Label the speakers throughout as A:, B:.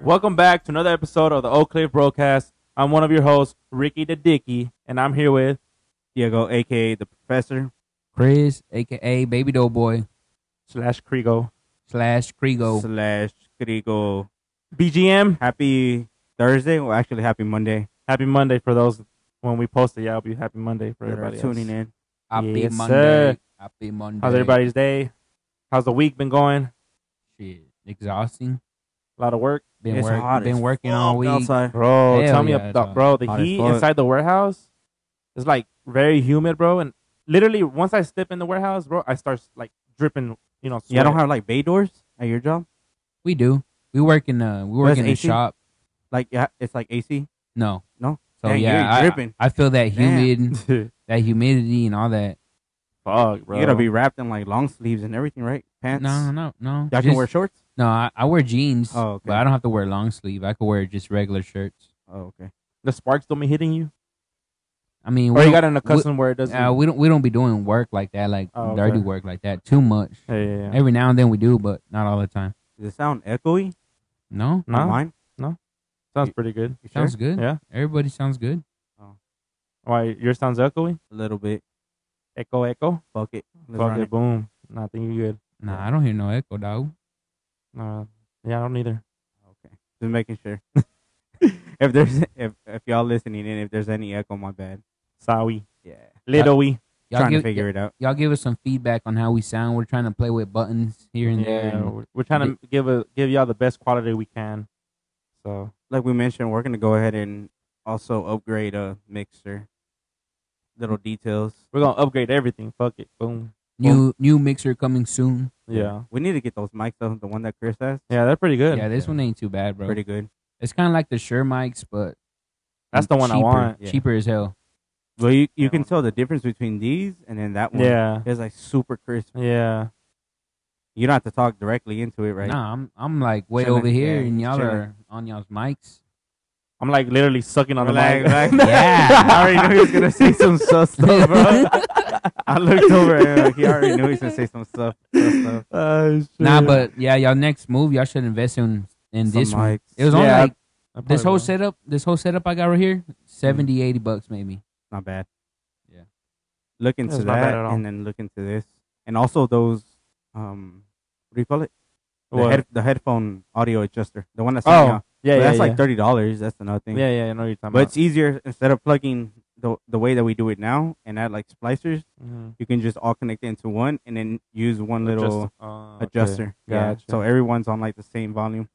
A: Welcome back to another episode of the Oak Cliff Broadcast. I'm one of your hosts, Ricky the Dicky, and I'm here with Diego, aka the Professor
B: Chris, aka Baby Doughboy
A: slash Krigo
B: slash Krigo.
A: slash Krigo. BGM, happy Thursday. Well, actually, happy Monday. Happy Monday for those when we post it. Yeah, it'll be happy Monday for
C: that are
A: everybody
C: tuning
A: else.
C: in.
B: Happy
A: Yes,
B: Monday.
A: sir.
B: Happy Monday.
A: How's everybody's day? How's the week been going?
B: Shit. Exhausting.
A: A lot of work,
B: Been,
C: It's
B: work-
C: hot
B: been
C: as
B: working all
C: fuck
B: week.
C: outside.
A: bro.
B: Hell
A: tell me
B: yeah,
A: about
B: it's hot.
A: bro. The
C: Hot as
A: heat
C: fuck.
A: inside the warehouse is like very humid, bro. And literally, once I step in the warehouse, bro, I start like dripping. You know,
C: Yeah, I don't
A: sweat.
C: have like bay doors at your job.
B: We do. We work in uh we work
C: That's
B: in a
C: AC?
B: shop.
C: Like yeah, it's like AC.
B: No.
C: No?
B: So
C: Dang,
B: yeah,
C: you're
B: I,
C: dripping.
B: I feel that
C: Damn.
B: humid that humidity and all that.
A: Fuck, bro.
C: You gotta be wrapped in like long sleeves and everything, right? Pants.
B: No, no, no.
C: Y'all can
B: Just-
C: wear shorts.
B: No, I, I wear jeans.
C: Oh, okay.
B: But I don't have to wear long sleeve. I could wear just regular shirts.
C: Oh, okay.
A: the sparks don't be hitting you,
B: I
C: Oh,
B: mean,
A: or
B: we
A: you
B: don't-
A: got in a custom where it doesn't.
B: Uh, we don't we don't be doing work like that, like
A: Oh, okay.
B: dirty work like that too much.
A: yeah, yeah, yeah.
B: Every now and then we do, but not all the time.
C: Does it sound echoey?
B: No,
A: No,
C: On mine.
A: sounds pretty good.
C: You sure?
B: sounds good.
A: Yeah.
B: everybody sounds good.
A: Why yours sounds echoey?
C: A little bit.
A: Echo, echo.
C: Fuck it. Let's
A: Fuck
C: run
A: it,
C: it.
A: boom. Nah, I think you're good.
B: Nah, I don't hear no echo, dog.
A: Uh, yeah, I don't either.
C: Okay. Just making sure. if there's if if y'all listening in, if there's any echo, my bad.
A: Sorry,
C: Yeah.
A: little we.
B: Y'all
C: trying
B: give,
C: to figure it out.
B: y'all give us some feedback on how we sound. We're trying to play with buttons here and there.
A: Yeah,
B: and-
A: we're, we're trying to give a give y'all the best quality we can. So
C: Like we mentioned, we're gonna go ahead and also upgrade a mixer. Little details.
A: We're gonna upgrade everything. Fuck it. Boom.
B: new new mixer coming soon.
A: Yeah.
C: We need to get those mics though. The one that Chris has.
A: Yeah, that's pretty good.
B: Yeah, this one ain't too bad, bro.
C: Pretty good.
B: It's kind of like the Shure mics, but
A: That's the one I
B: cheaper-
A: want.
C: yeah.
B: Cheaper as hell.
C: Well, you, you
A: Yeah,
C: can
A: one-
C: tell the difference between these and then that one.
A: Yeah.
C: It's like super crisp.
A: Yeah.
C: You don't have to talk directly into it, right?
B: Nah, I'm I'm like way
C: Chilling,
B: over here,
C: yeah,
B: and y'all
C: chilling.
B: are on y'all's mics.
A: I'm like literally sucking on the
C: Relax,
A: mic.
C: relax.
B: Yeah.
C: I already knew he was gonna say some sus stuff, bro. I looked over at him. Like, he already knew he was gonna say some stuff. sus stuff.
A: Oh, shit.
B: Nah, but yeah, y'all next move, y'all should invest in in
C: Some
B: this one.
C: mics.
B: It was only
A: Yeah,
B: like
A: I probably
B: this whole
A: will. Mm-hmm.
B: setup, this whole setup I got right here, 70, 80 bucks maybe.
C: Not bad.
B: Yeah.
C: Look into
A: That's not bad
C: that,
A: at all.
C: and then look into this, and also those. Um, what do you call it? The,
A: What?
C: head, the headphone audio adjuster, the one that's
A: Oh,
C: yeah,
A: yeah, yeah,
C: that's
A: yeah.
C: like thirty dollars. That's another thing.
A: yeah, yeah. I know what you're talking
C: but
A: about.
C: it's easier instead of plugging the the way that we do it now and add like splicers.
A: Mhm.
C: You can just all connect it into one, and then use one little
A: Adjust- oh, okay.
C: adjuster. Yeah.
A: Gotcha.
C: So everyone's on like the same volume.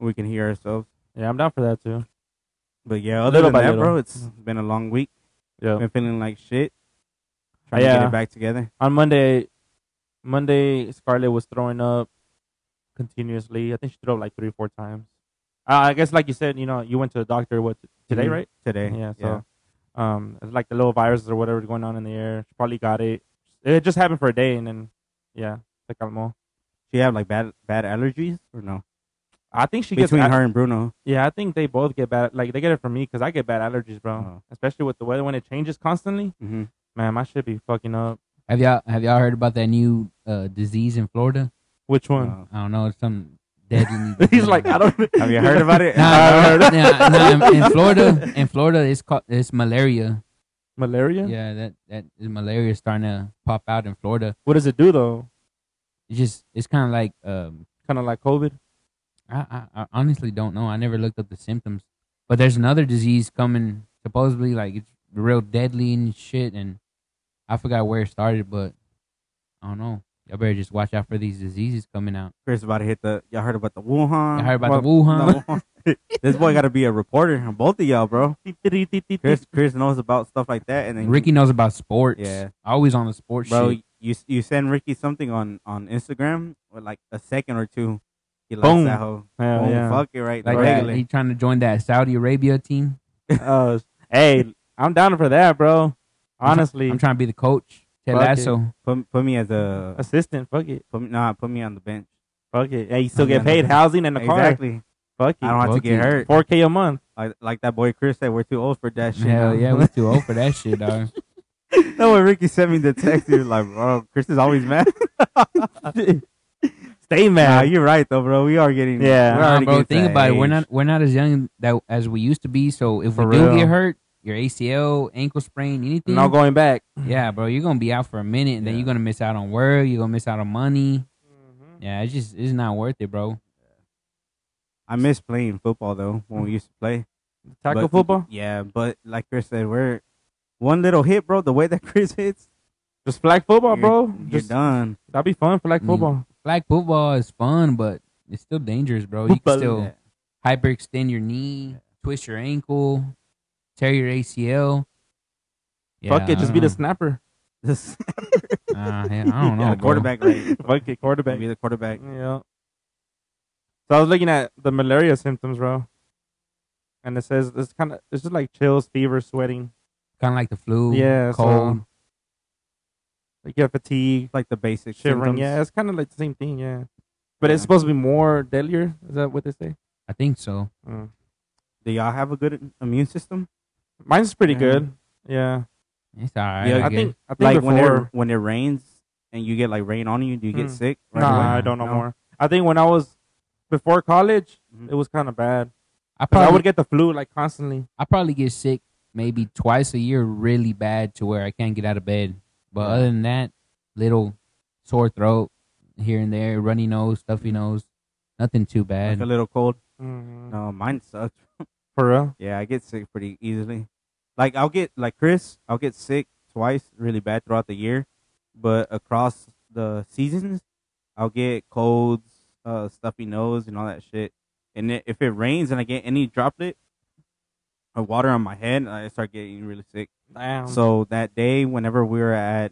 C: We can hear ourselves.
A: Yeah, I'm down for that too.
C: But yeah, other
A: Little
C: than
A: by
C: that,
A: little.
C: bro, it's been a long week.
A: Yeah.
C: Been feeling like shit. Trying to get
A: Yeah.
C: it back together.
A: On Monday, Monday Scarlett was throwing up continuously. I think she threw up like three, four times. Uh, I guess like you said, you know, you went to the doctor what today,
C: Mhm.
A: right?
C: Today.
A: Yeah, so um, it's like the little viruses or whatever going on in the air. She probably got it. It just happened for a day, and then yeah, se calmó.
C: She have like bad bad allergies or no?
A: I think she
C: Between
A: gets.
C: her and Bruno.
A: yeah, I think they both get bad. Like they get it from me because I get bad allergies, bro.
C: Oh.
A: Especially with the weather when it changes constantly.
C: Mm-hmm.
A: Man, my shit be fucking up.
B: Have y'all have y'all heard about that new uh, disease in Florida?
A: Which one?
B: I don't know, it's some deadly.
A: He's like, I don't.
C: Oh. have you heard about it? Uh,
B: Nah,
A: I heard
B: nah, nah, in- in Florida, in Florida, it's called it's malaria.
A: malaria?
B: Yeah, that that is malaria starting to pop out in Florida.
A: What does it do though?
B: It's just it's kind of like um,
A: Kind of like COVID.
B: I, I I honestly don't know. I never looked up the symptoms. But there's another disease coming, supposedly like it's real deadly and shit. And I forgot where it started, but I don't know. Y'all better just watch out for these diseases coming out.
C: Chris about to hit the y'all heard about the
B: I
C: Wuhan.
B: heard about
A: well,
B: the Wuhan.
C: the Wuhan. this boy gotta be a reporter on both of y'all, bro. Chris Chris knows about stuff like that and then
B: Ricky knows about sports.
C: Yeah.
B: always on the sports
C: bro,
B: shit.
C: you you send Ricky something on on Instagram with like a second or two. He likes
A: Boom.
C: that hoe.
A: Hell
C: Boom,
A: Oh, yeah.
C: Fuck it right
B: Like
C: there.
B: that,
C: regularly.
B: he trying to join that Saudi Arabia team.
A: Uh, hey, I'm down for that, bro. Honestly,
B: I'm trying to be the coach. Ted
A: Fuck it.
B: Lasso.
C: Put, put me as a
A: assistant. Fuck it.
C: put me, nah. Put me on the bench.
A: Fuck it. Hey, you still
C: Yeah,
A: get paid
C: no.
A: housing and a car.
C: Exactly.
A: Fuck
C: I don't
A: it.
C: have to get
B: Fucking-
C: hurt.
A: Four K a month.
C: Like, like that boy Chris said, we're too old for that shit.
B: Hell yeah, we too old for that shit, dog.
C: that when Ricky sent me the text, he was like, "Bro, Chris is always mad."
A: stay
C: Nah,
A: mad.
C: you're right though, bro. We are getting
A: Yeah.
C: we're
A: Nah,
B: Nah,
C: already
B: bro,
C: getting to
B: think
C: that
B: about it. We're
C: age.
B: not we're not as young that as we used to be. So if
A: For
B: we do
A: real.
B: get hurt, your ACL, ankle sprain, anything,
A: no going back.
B: yeah, bro, you're gonna be out for a minute, and then
C: Yeah.
B: you're gonna miss out on work. You're gonna miss out on money.
C: Mm-hmm.
B: Yeah, it's just it's not worth it, bro.
C: I miss playing football though when we used to play
A: Tackle
C: But-
A: football.
C: Yeah, but like Chris said, we're one little hit, bro. The way that Chris hits,
A: Just flag football,
C: you're,
A: bro.
C: you're
A: Just
C: done.
A: that'd be fun. Flag
B: Mm.
A: football.
B: Flag football is fun, but it's still dangerous, bro. You
A: Football.
B: can still hyperextend your knee, twist your ankle, tear your ACL.
A: Fuck it,
B: Yeah, I
A: just
B: don't
A: be the
B: know.
A: snapper.
C: Just
B: Nah, yeah, I don't know,
C: yeah, the
B: bro.
C: quarterback, right?
A: Fuck it, quarterback.
C: Be the quarterback.
A: Yeah. So I was looking at the malaria symptoms, bro. And it says it's kind of it's just like chills, fever, sweating.
B: kind of like the flu.
A: Yeah, so-
B: cold.
A: Like you have fatigue,
C: Like the basic
A: shivering.
C: symptoms.
A: Yeah, it's kind of like the same thing. Yeah, but
C: Yeah.
A: it's supposed to be more deadlier. Is that what they say?
B: I think so.
A: Mm.
C: Do y'all have a good immune system?
A: Mine's pretty
C: Yeah.
A: good. Yeah,
B: It's all right.
C: Yeah,
A: I
B: guess.
A: think I think
C: Like
A: before.
C: when it when it rains and you get like rain on you, do you get
A: Mm.
C: sick?
A: nah,
B: away?
A: I don't know
C: No.
A: more. I think when I was before college,
C: Mhm.
A: it was kind of bad.
B: I
A: 'Cause
B: probably
A: I would get the flu like constantly.
B: I probably get sick maybe twice a year, really bad to where I can't get out of bed. But
C: Yeah.
B: other than that, little sore throat here and there, runny nose,
A: Mm-hmm.
B: stuffy nose, nothing too
C: Like
B: bad.
C: a little cold.
A: Mhm.
C: No, mine sucks.
A: For real.
C: Yeah, I get sick pretty easily. Like I'll get like Chris, I'll get sick twice really bad throughout the year, but across the seasons, I'll get colds, uh, stuffy nose, and all that shit. And it, if it rains and I get any droplet of water on my head, I start getting really sick.
A: Damn.
C: Um, So that day, whenever we were at,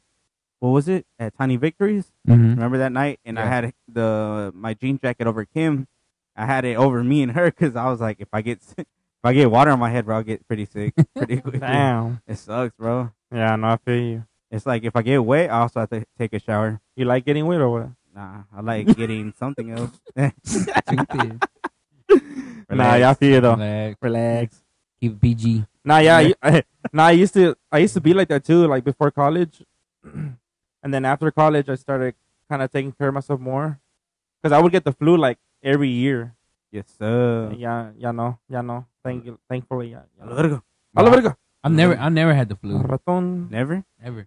C: what was it at Tiny Victories?
A: Mm-hmm.
B: Mhm.
C: Remember that night? And I
B: Yeah.
C: had the my jean jacket over Kim. I had it over me and her because I was like, if I get sick, if I get water on my head, bro, I'll get pretty sick pretty quick.
A: damn.
C: It sucks, bro.
A: Yeah, no, I feel you.
C: It's like if I get wet, I also have to take a shower.
A: You like getting wet or what?
C: Nah, I like getting something else.
B: Stupid.
A: Nah, yeah, I feel you though.
B: Relax.
A: Relax.
B: Keep it PG.
A: Nah, yeah, you- nah. I used to, I used to be like that too, like before college, and then after college, I started kind of taking care of myself more, because I would get the flu like every year.
C: Yes, sir.
A: Yeah, yeah, no, yeah, no. Thank you, thankfully, yeah. yeah.
C: Albergo.
A: A la verga.
B: I've never I've never had the flu.
A: Ratón.
C: Never.
B: Ever.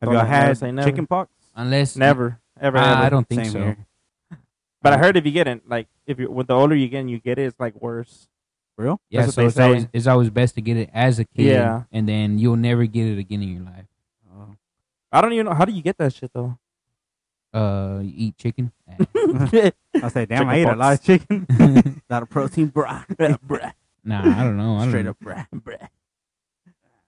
C: Have
A: Don't
C: y'all
A: never
C: had
A: say never.
C: chicken pox?
B: Unless
A: Never, ever,
B: Ah,
A: ever.
B: I don't think
C: Same
B: so.
C: here.
A: But I heard if you get it, like if you, with the older you get, and you get it, it's like worse.
C: For real?
B: Yeah,
A: That's
B: so
A: what
B: it's
A: they
B: always
A: say.
B: it's always best to get it as a kid.
A: Yeah.
B: And then you'll never get it again in your life.
C: Oh.
A: I don't even know how do you get that shit though.
B: Uh you eat chicken.
C: I said, damn,
A: Chicken
C: I ate a
A: pox.
C: lot of chicken.
B: nah,
C: a lot of protein, bruh. bruh.
B: I don't know. I don't
C: Straight
B: know.
C: up, bruh. bruh.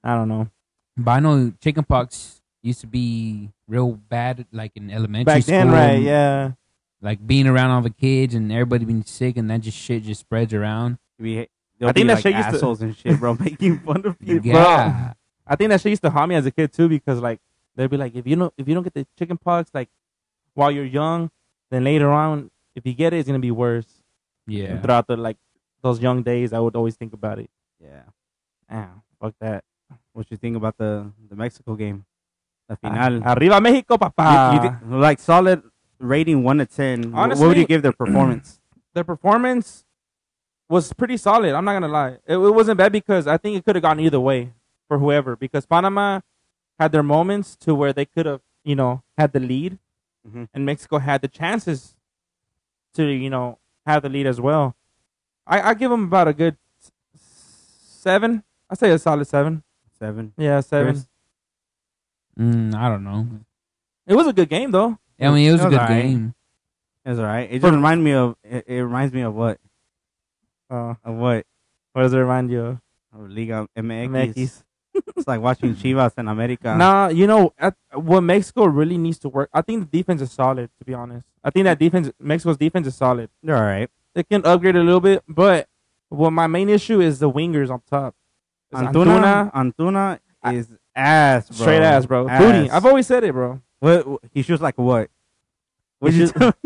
A: I don't know.
B: But I know chickenpox used to be real bad, like in elementary
A: Back
B: school.
A: then, right?
B: and,
A: Yeah.
B: Like being around all the kids and everybody being sick, and that just shit just spreads around.
C: We, they'll
A: I think
C: be,
A: that
C: like
A: shit used to-
C: assholes and shit, bro, making fun of people.
B: Yeah,
A: I think that shit used to haunt me as a kid too, because like they'd be like, if you don't if you don't get the chicken pox like while you're young, then later on if you get it, it's gonna be worse. And
B: yeah.
A: throughout the like those young days, I would always think about it.
C: Yeah.
A: Ah, fuck that.
C: What you think about the the Mexico game? The final.
A: Ah, Arriba Mexico, papa.
C: You- you thi- like solid rating one to ten. wh- what would
A: Honestly-
C: you give their performance?
A: the performance was pretty solid. I'm not gonna lie. It, it wasn't bad because I think it could have gone either way for whoever. Because Panama had their moments to where they could have, you know, had the lead,
C: Mhm.
A: and Mexico had the chances to, you know, have the lead as well. I, I give them about a good s- seven. I say a solid seven.
C: Seven.
A: Yeah, seven.
C: Chris?
B: Mm, I don't know.
A: It was a good game though.
B: I mean, it was
C: That
B: a
C: was
B: good
C: alright.
B: game.
C: It's all right. It just reminds me of. It, it reminds me of what?
A: Uh,
C: Of what?
A: what does it remind you of?
C: Of Liga MX.
A: Mekis.
C: It's like watching Chivas and America.
A: Nah, you know at, what Mexico really needs to work. I think the defense is solid. To be honest, I think that defense, Mexico's defense is solid.
C: they're all right.
A: They can upgrade a little bit, but well, my main issue is the wingers up top. It's
C: Antuna, Antuna
A: I-
C: is ass, bro.
A: straight ass, bro. Booty. I've always said it, bro.
C: What- what- he shoots like what? What
A: He
C: you
A: shoots-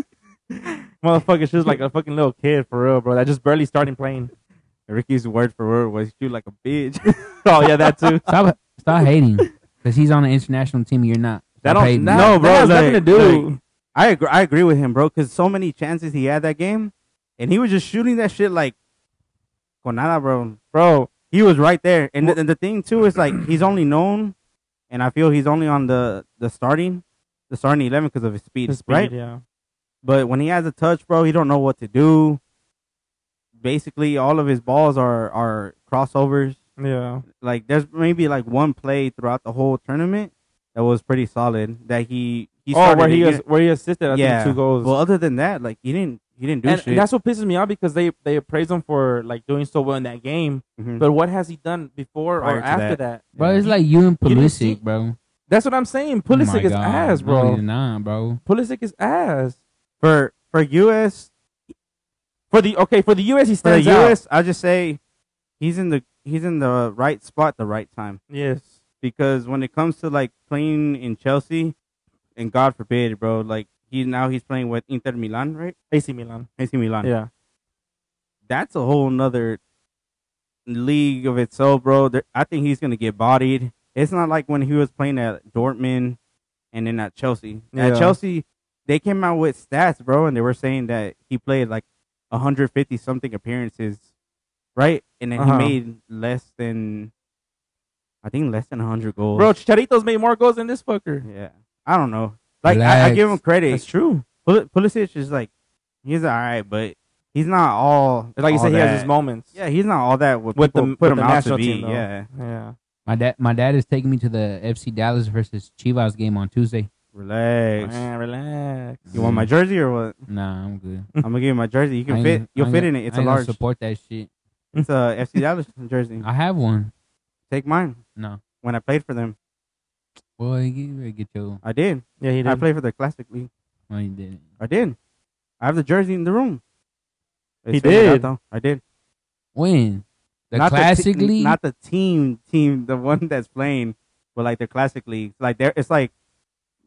A: Motherfucker, she was like a fucking little kid for real, bro. That just barely starting playing.
C: Ricky's word for word was shoot like a bitch.
A: Oh yeah, that too.
B: Stop, stop hating, because he's on an international team. You're not.
A: That
B: Stop
A: don't
B: hating.
A: that,
C: No, bro,
A: That has
C: look,
A: nothing to do.
C: I agree. I agree with him, bro. Because so many chances he had that game, and he was just shooting that shit like, con nada, bro.
A: bro.
C: He was right there. And the, and the thing too is like he's only known, and I feel he's only on the the starting, the starting eleven because of his speed,
A: his speed,
C: right?
A: Yeah.
C: But when he has a touch, bro, he don't know what to do. Basically, all of his balls are are crossovers.
A: Yeah.
C: Like there's maybe like one play throughout the whole tournament that was pretty solid that he he
A: oh,
C: started
A: where
C: it,
A: he
C: you
A: is, where he assisted, I
C: Yeah.
A: think two goals.
C: Well, other than that, like he didn't he didn't do
A: and
C: shit.
A: that's what pisses me off because they they appraise him for like doing so well in that game,
C: Mhm.
A: but what has he done before
C: Prior
A: or
C: to
A: after
C: that.
A: that?
B: Bro,
C: Yeah.
B: it's like you and
A: You didn't see-
B: Pulisic, bro.
A: That's what I'm saying.
B: Oh my
A: Pulisic is
B: God.
A: ass,
B: No,
A: bro.
B: he's not, bro.
A: Pulisic is ass.
C: for for US
A: For the okay, for the US he
C: for the
A: stands out.
C: US, I just say he's in the he's in the right spot at the right time
A: Yes.
C: because when it comes to like playing in Chelsea, and God forbid, bro, like he now he's playing with Inter Milan, right?
A: AC Milan.
C: AC Milan.
A: Yeah.
C: That's a whole nother league of itself, bro. There, I think he's gonna get bodied. It's not like when he was playing at Dortmund and then at Chelsea.
A: Yeah.
C: At Chelsea, they came out with stats, bro, and they were saying that he played like 150 something appearances, right? And then
A: Uh-huh.
C: he made less than, I think, less than 100 goals.
A: Bro, Chicharito's made more goals than this fucker.
C: yeah, I don't know. Like I, I give him
B: Relax.
C: credit.
A: That's true.
C: Pul- Pulisic is like, he's all right, but he's not all.
A: Like you
C: all
A: said, he
C: that.
A: has his moments.
C: Yeah, he's not all that. What
A: With
C: people
A: the-
C: put
A: with
C: him
A: the
C: out to
A: national
C: be.
A: team, though.
C: yeah,
A: Yeah.
B: My dad, my dad is taking me to the FC Dallas versus Chivas game on Tuesday.
C: relax.
A: Man, relax.
C: You want my jersey or what?
B: Nah, I'm good.
C: I'm gonna give you my jersey. You
B: I
C: can
B: ain't
C: fit.
B: gonna- I
C: You'll
B: ain't
C: fit
B: gonna-
C: in it. It's
B: I
C: a
B: ain't gonna
C: large.
B: Support that shit.
C: It's a FC Dallas jersey.
B: I have one.
C: Take mine.
B: No,
C: When I played for them,
B: boy, you better get your.
C: I did.
A: Yeah, he did.
C: I played for the Classic League.
B: No, you didn't.
C: I did. I have the jersey in the room.
A: He
C: still in
A: did.
C: Gato. I did.
B: When the
C: Not
B: classic
C: the te-
B: league,
C: not the team team, the one that's playing, but like the classic league. Like there, it's like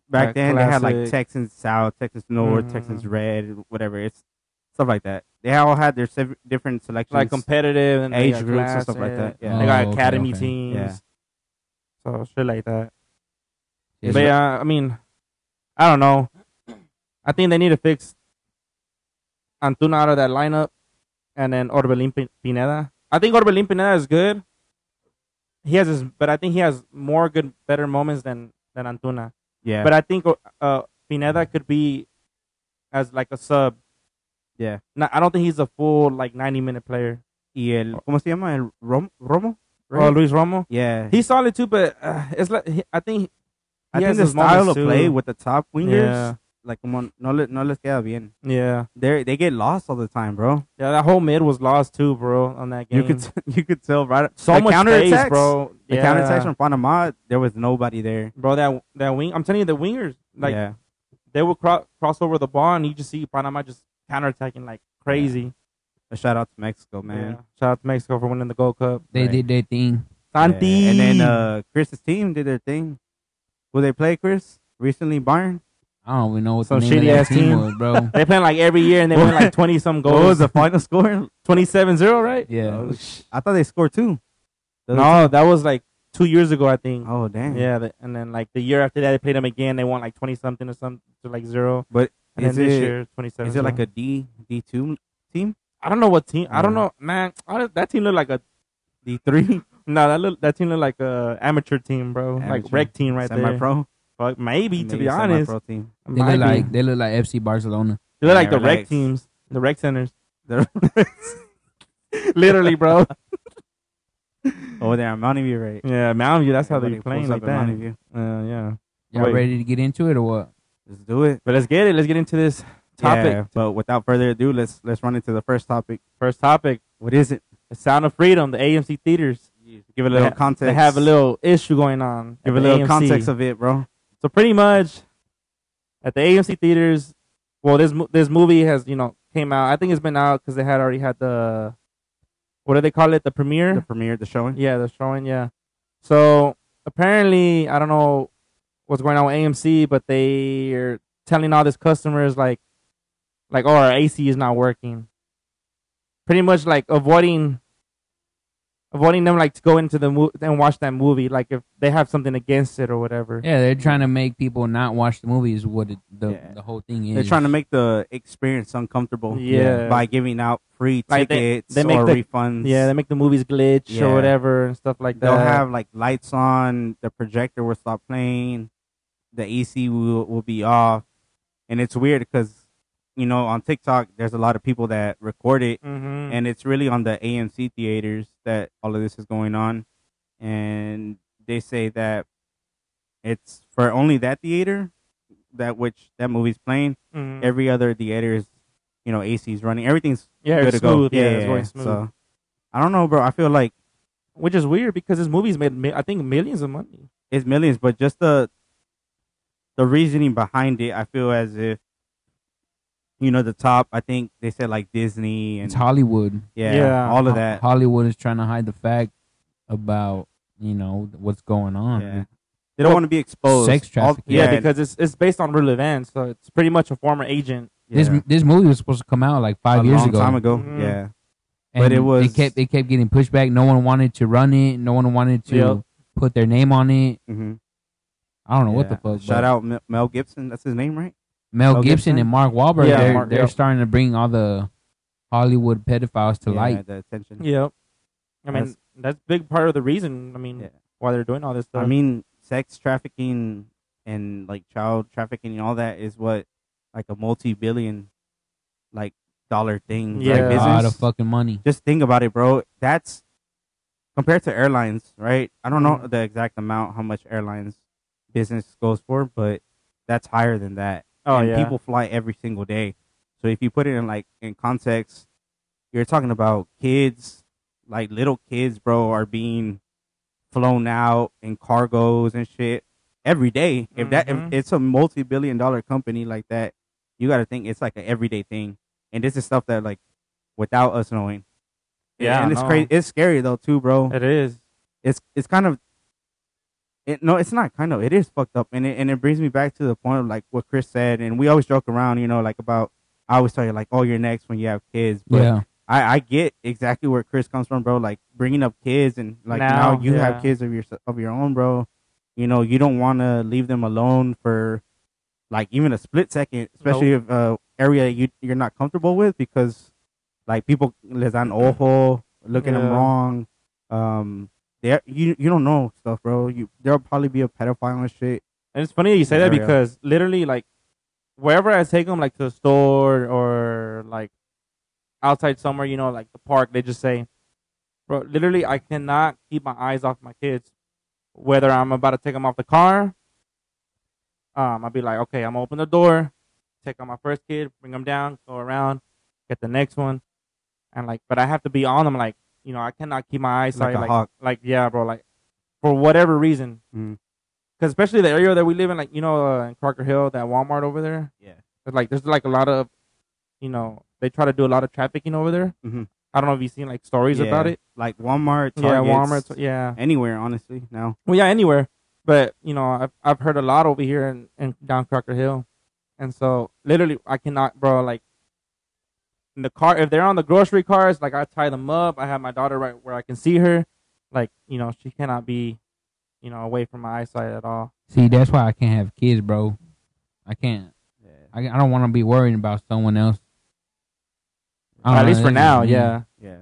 C: back
A: Like
C: then they had like
A: classic.
C: Texans South, Texans North,
A: Mhm.
C: Texans Red, whatever. It's stuff like that. They all had their sev- different selections.
A: like competitive and
C: Age
A: they got
C: groups and stuff like
A: classes.
C: that, yeah.
A: They
B: Oh,
A: got
B: okay,
A: academy
B: okay.
A: teams.
C: Yeah.
A: So shit like that.
B: Yeah,
A: But yeah, I mean, I don't know. I think they need to fix Antuna out of that lineup, and then Orbelin Pin- Pineda. I think Orbelin Pineda is good. He has his, but I think he has more good, better moments than than Antuna.
C: yeah,
A: But I think uh, Pineda could be as like a sub.
C: Yeah.
A: No, I don't think he's a full like ninety minute player.
C: y el, ¿cómo se llama? El Rom- Romo.
A: Or Luis Romo.
C: Yeah,
A: He's solid too, but uh, it's like he, I think
C: I
A: he
C: think
A: has
C: the
A: his
C: style
A: moments
C: of
A: too.
C: play with the top wingers,
A: Yeah.
C: like como no le, no les queda bien.
A: yeah
C: They they get lost all the time, bro.
A: yeah that whole mid was lost too, bro. On that game,
C: You could t- you could tell right.
A: so
C: the
A: much space,
C: counterattacks-
A: bro.
C: The
A: yeah.
C: counterattacks from Panama, there was nobody there.
A: bro. That that wing, I'm telling you, the wingers like
C: yeah,
A: they will cro- cross over the ball, and you just see Panama just counterattacking like crazy.
C: a shout out to Mexico, man.
A: Yeah. Shout out to Mexico for winning the Gold Cup.
B: they
C: right.
B: did their thing.
A: Santi,
C: Yeah, And then uh, Chris's team did their thing. Who they play, Chris? Recently, Bayern.
B: I don't even know what
A: Some
B: the name of
A: shitty
B: that
A: ass
B: team,
A: team.
B: was, bro.
A: they playing like every year, and they win like twenty some
C: What was
A: goals.
C: the Oh, final score?
A: 27-0, right?
B: yeah,
C: I thought they scored two. The other
A: No, that was like two years ago, I think.
C: team- Oh damn.
A: Yeah, the, and then like the year after that, they played them again. They won like twenty something or something to like zero.
C: But
A: And then
C: is
A: this
C: it-
A: year, twenty seven.
C: Is it like a D D two team?
A: I don't know what team. I don't
C: Yeah.
A: know, man. I don't- that team looked like a
C: D three?
A: no. That look, that team looked like a amateur team, bro. Like
C: Amateur.
A: rec team right
C: Semi
A: there.
C: pro.
A: Fuck, maybe, to be honest,
C: pro team.
B: they
A: Might
B: look
A: be.
B: like they look like FC Barcelona.
A: they look like
C: Yeah,
A: the rec
C: relax.
A: teams, the rec centers.
C: They're-
A: Literally, bro.
C: Over there, Oh, I'm Mountain View, right?
A: yeah, Mountain View. That's how
C: Everybody
A: they're playing
C: pulls
A: like
C: up at
A: that.
C: Mountain View.
A: Uh, yeah.
B: Y'all
A: Wait.
B: ready to get into it or what?
C: Let's do it.
A: But let's get it. Let's get into this topic.
C: Yeah, but without further ado, let's let's run into the first topic.
A: First topic:
C: What is it?
A: The Sound of Freedom, the AMC theaters.
C: Give it
A: They
C: a little
A: ha-
C: context.
A: They have a little issue going on.
C: give
A: at
C: a
A: the
C: little
A: AMC.
C: context of it, bro.
A: So pretty much, at the AMC theaters, well, this mo- this movie has you know came out. I think it's been out because they had already had the, what do they call it? The
C: The
A: premiere.
C: premiere, the showing.
A: yeah, the showing. Yeah. So apparently, I don't know what's going on with AMC, but they are telling all these customers like, like, oh, our AC is not working. Pretty much like avoiding wanting them like to go into the movie and watch that movie, like if they have something against it or whatever.
B: Yeah, they're trying to make people not watch the movie. Is what it, the
C: Yeah.
B: the whole thing is.
C: They're trying to make the experience uncomfortable.
A: Yeah.
C: By giving out free
A: Like, they-
C: tickets
A: they make
C: or
A: the-
C: refunds.
A: Yeah, they make the movies glitch
C: Yeah.
A: or whatever and stuff like that.
C: They'll have like lights on. The projector will stop playing. The AC will will be off, and it's weird because you know on TikTok there's a lot of people that record it,
A: Mhm.
C: and it's really on the AMC theaters that all of this is going on, and they say that it's for only that theater that which that movie's playing.
A: Mhm.
C: Every other theater is you know AC's running. Everything's
A: yeah,
C: good
A: it's
C: to go.
A: smooth. Yeah, it's going smooth.
C: So I don't know, bro. I feel like.
A: Which is weird because this movie's made mi- I think millions of money.
C: it's millions, but just the the reasoning behind it, I feel as if you know the top. I think they said like Disney and
B: It's Hollywood.
C: yeah,
A: Yeah.
C: all of that.
B: Hollywood is trying to hide the fact about you know what's going on.
C: Yeah. They don't want to be exposed.
B: Sex
C: All-
B: trafficking.
A: Yeah, because it's it's based on real events, so it's pretty much a former agent.
B: This
C: yeah.
B: this movie was supposed to come out like
C: a
B: five years
C: long
B: ago.
C: time ago.
A: Mhm.
C: Yeah,
B: and
C: but it was-
B: They kept they kept getting pushed back. No one wanted to run it. No one wanted to
A: Yep.
B: put their name on it.
C: mm-hmm.
B: I don't know what the fuck.
C: Shout
B: but
C: out Mel- Mel Gibson. That's his name, right?
B: Mel
C: Mel
B: Gibson,
C: Gibson?
B: and Mark Wahlberg.
A: Yeah,
B: they're
A: Mark-
B: they're
A: yeah.
B: starting to bring all the Hollywood pedophiles to
C: yeah,
B: light.
C: the attention.
A: Yep. I mean,
C: That's-
A: that's, a big part of the reason. I mean,
C: Yeah.
A: why they're doing all this stuff.
C: I mean, sex trafficking and like child trafficking and all that is what like a multi-billion like dollar thing.
A: Yeah.
C: like,
B: A
C: business.
B: lot of fucking money.
C: just think about it, bro. That's compared to airlines, right? I don't know the exact amount how much airlines business goes for, but that's higher than that.
A: oh
C: and
A: yeah,
C: people fly every single day. So if you put it in like in context, you're talking about kids, like little kids, bro, are being flown out in cargos and shit every day. If that
A: Mhm.
C: if it's a multi-billion dollar company like that, you got to think it's like an everyday thing. And this is stuff that like without us knowing.
A: Yeah,
C: and it's
A: no.
C: crazy. It's scary though too, bro.
A: it is.
C: It's it's kind of it, no, it's not kind of. It is fucked up, and it and it brings me back to the point of like what Chris said, and we always joke around, you know, like about I always tell you like, oh, you're next when you have kids, but
B: yeah,
C: I I get exactly where Chris comes from, bro. Like bringing up kids, and like now,
A: Now,
C: you have
A: yeah.
C: kids of your of your own, bro. You know, you don't want to leave them alone for like even a split second, especially if uh area you you're not comfortable with because like people les dan ojo, look at them
A: Yeah.
C: wrong. Um, they you you don't know stuff, bro. You there'll probably be a pedophile and shit.
A: And it's funny that you say that
C: Very, uh,
A: because literally, like, wherever I take them, like to the store or like outside somewhere, you know, like the park, they just say, "Bro, literally, I cannot keep my eyes off my kids." Whether I'm about to take them off the car, um, I'll be like, "Okay, I'm gonna open the door, take out my first kid, bring them down, go around, get the next one," and like, but I have to be on them, like, you know, I cannot keep my eyes
C: Like a
A: like,
C: hawk.
A: like, yeah, bro, like, for whatever reason. Cause especially the area that we live in, like you know, uh, in Crocker Hill, that Walmart over there.
C: Yeah.
A: But, like there's like a lot of, you know, they try to do a lot of trafficking over there.
C: Mhm.
A: I don't know if you've seen like stories about
C: Yeah.
A: it.
C: Like Walmart,
A: Yeah,
C: Targets,
A: Walmart. Yeah.
C: anywhere honestly now.
A: Well, yeah, anywhere. But you know, I've I've heard a lot over here and in, down Crocker Hill, and so literally I cannot, bro. Like in the car, if they're on the grocery carts, like I tie them up. I have my daughter right where I can see her. Like you know, she cannot be, you know, away from my eyesight at all.
B: see, that's why I can't have kids, bro. I can't.
C: Yeah.
B: I, I don't want to be worrying about someone else.
C: Oh,
B: I don't
A: at
B: know,
A: least for
B: that's just
A: now,
C: Mm-hmm.
B: me.
A: yeah.
C: Yeah.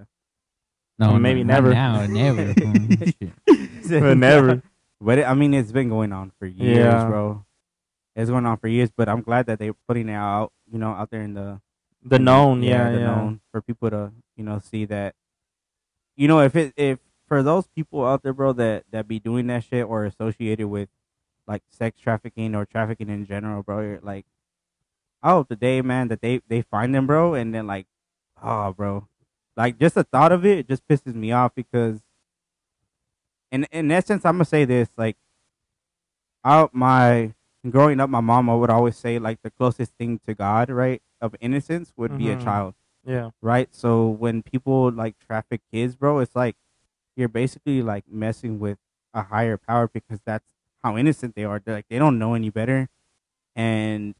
B: No,
A: Or maybe
B: no,
A: never.
B: not Now, never. Shit.
A: But never.
C: But it, I mean, it's been going on for years,
A: Yeah.
C: bro. It's going on for years, but I'm glad that they're putting it out, you know, out there in the
A: The known, yeah, yeah.
C: the known for people to, you know, see that. You know, if it if for those people out there, bro, that that be doing that shit or associated with like sex trafficking or trafficking in general, bro, you're like, I hope the day, man, that they they find them, bro, and then like, oh, bro, like just the thought of it just pisses me off because, in in essence, I'm gonna say this, like, out my growing up, my mama would always say like the closest thing to God, right, of innocence would be a
A: Mhm.
C: child
A: Yeah.
C: right? So when people like traffic kids, bro, it's like you're basically like messing with a higher power because that's how innocent they are. They're like they don't know any better, and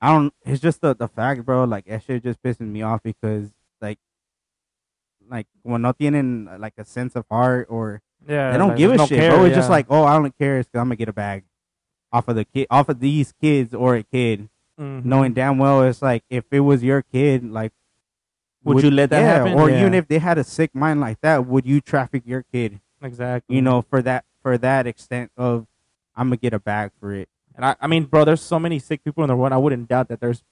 C: I don't. It's just the the fact, bro. Like that shit just pisses me off because like like when no tienen uh, like a sense of heart or
A: Yeah,
C: they don't
A: like,
C: give a
A: no
C: shit,
A: care,
C: bro. It's just
A: yeah.
C: like, oh, I don't care, it's 'cause I'm gonna get a bag off of the kid, off of these kids or a kid,
A: Mhm.
C: knowing damn well it's like if it was your kid, like
A: Would you let that
C: yeah,
A: happen?
C: Or
A: Yeah.
C: even if they had a sick mind like that, would you traffic your kid?
A: exactly.
C: You know, for that for that extent of I'm gonna get a bag for it.
A: and I, I mean, bro, there's so many sick people in the world. I wouldn't doubt that there's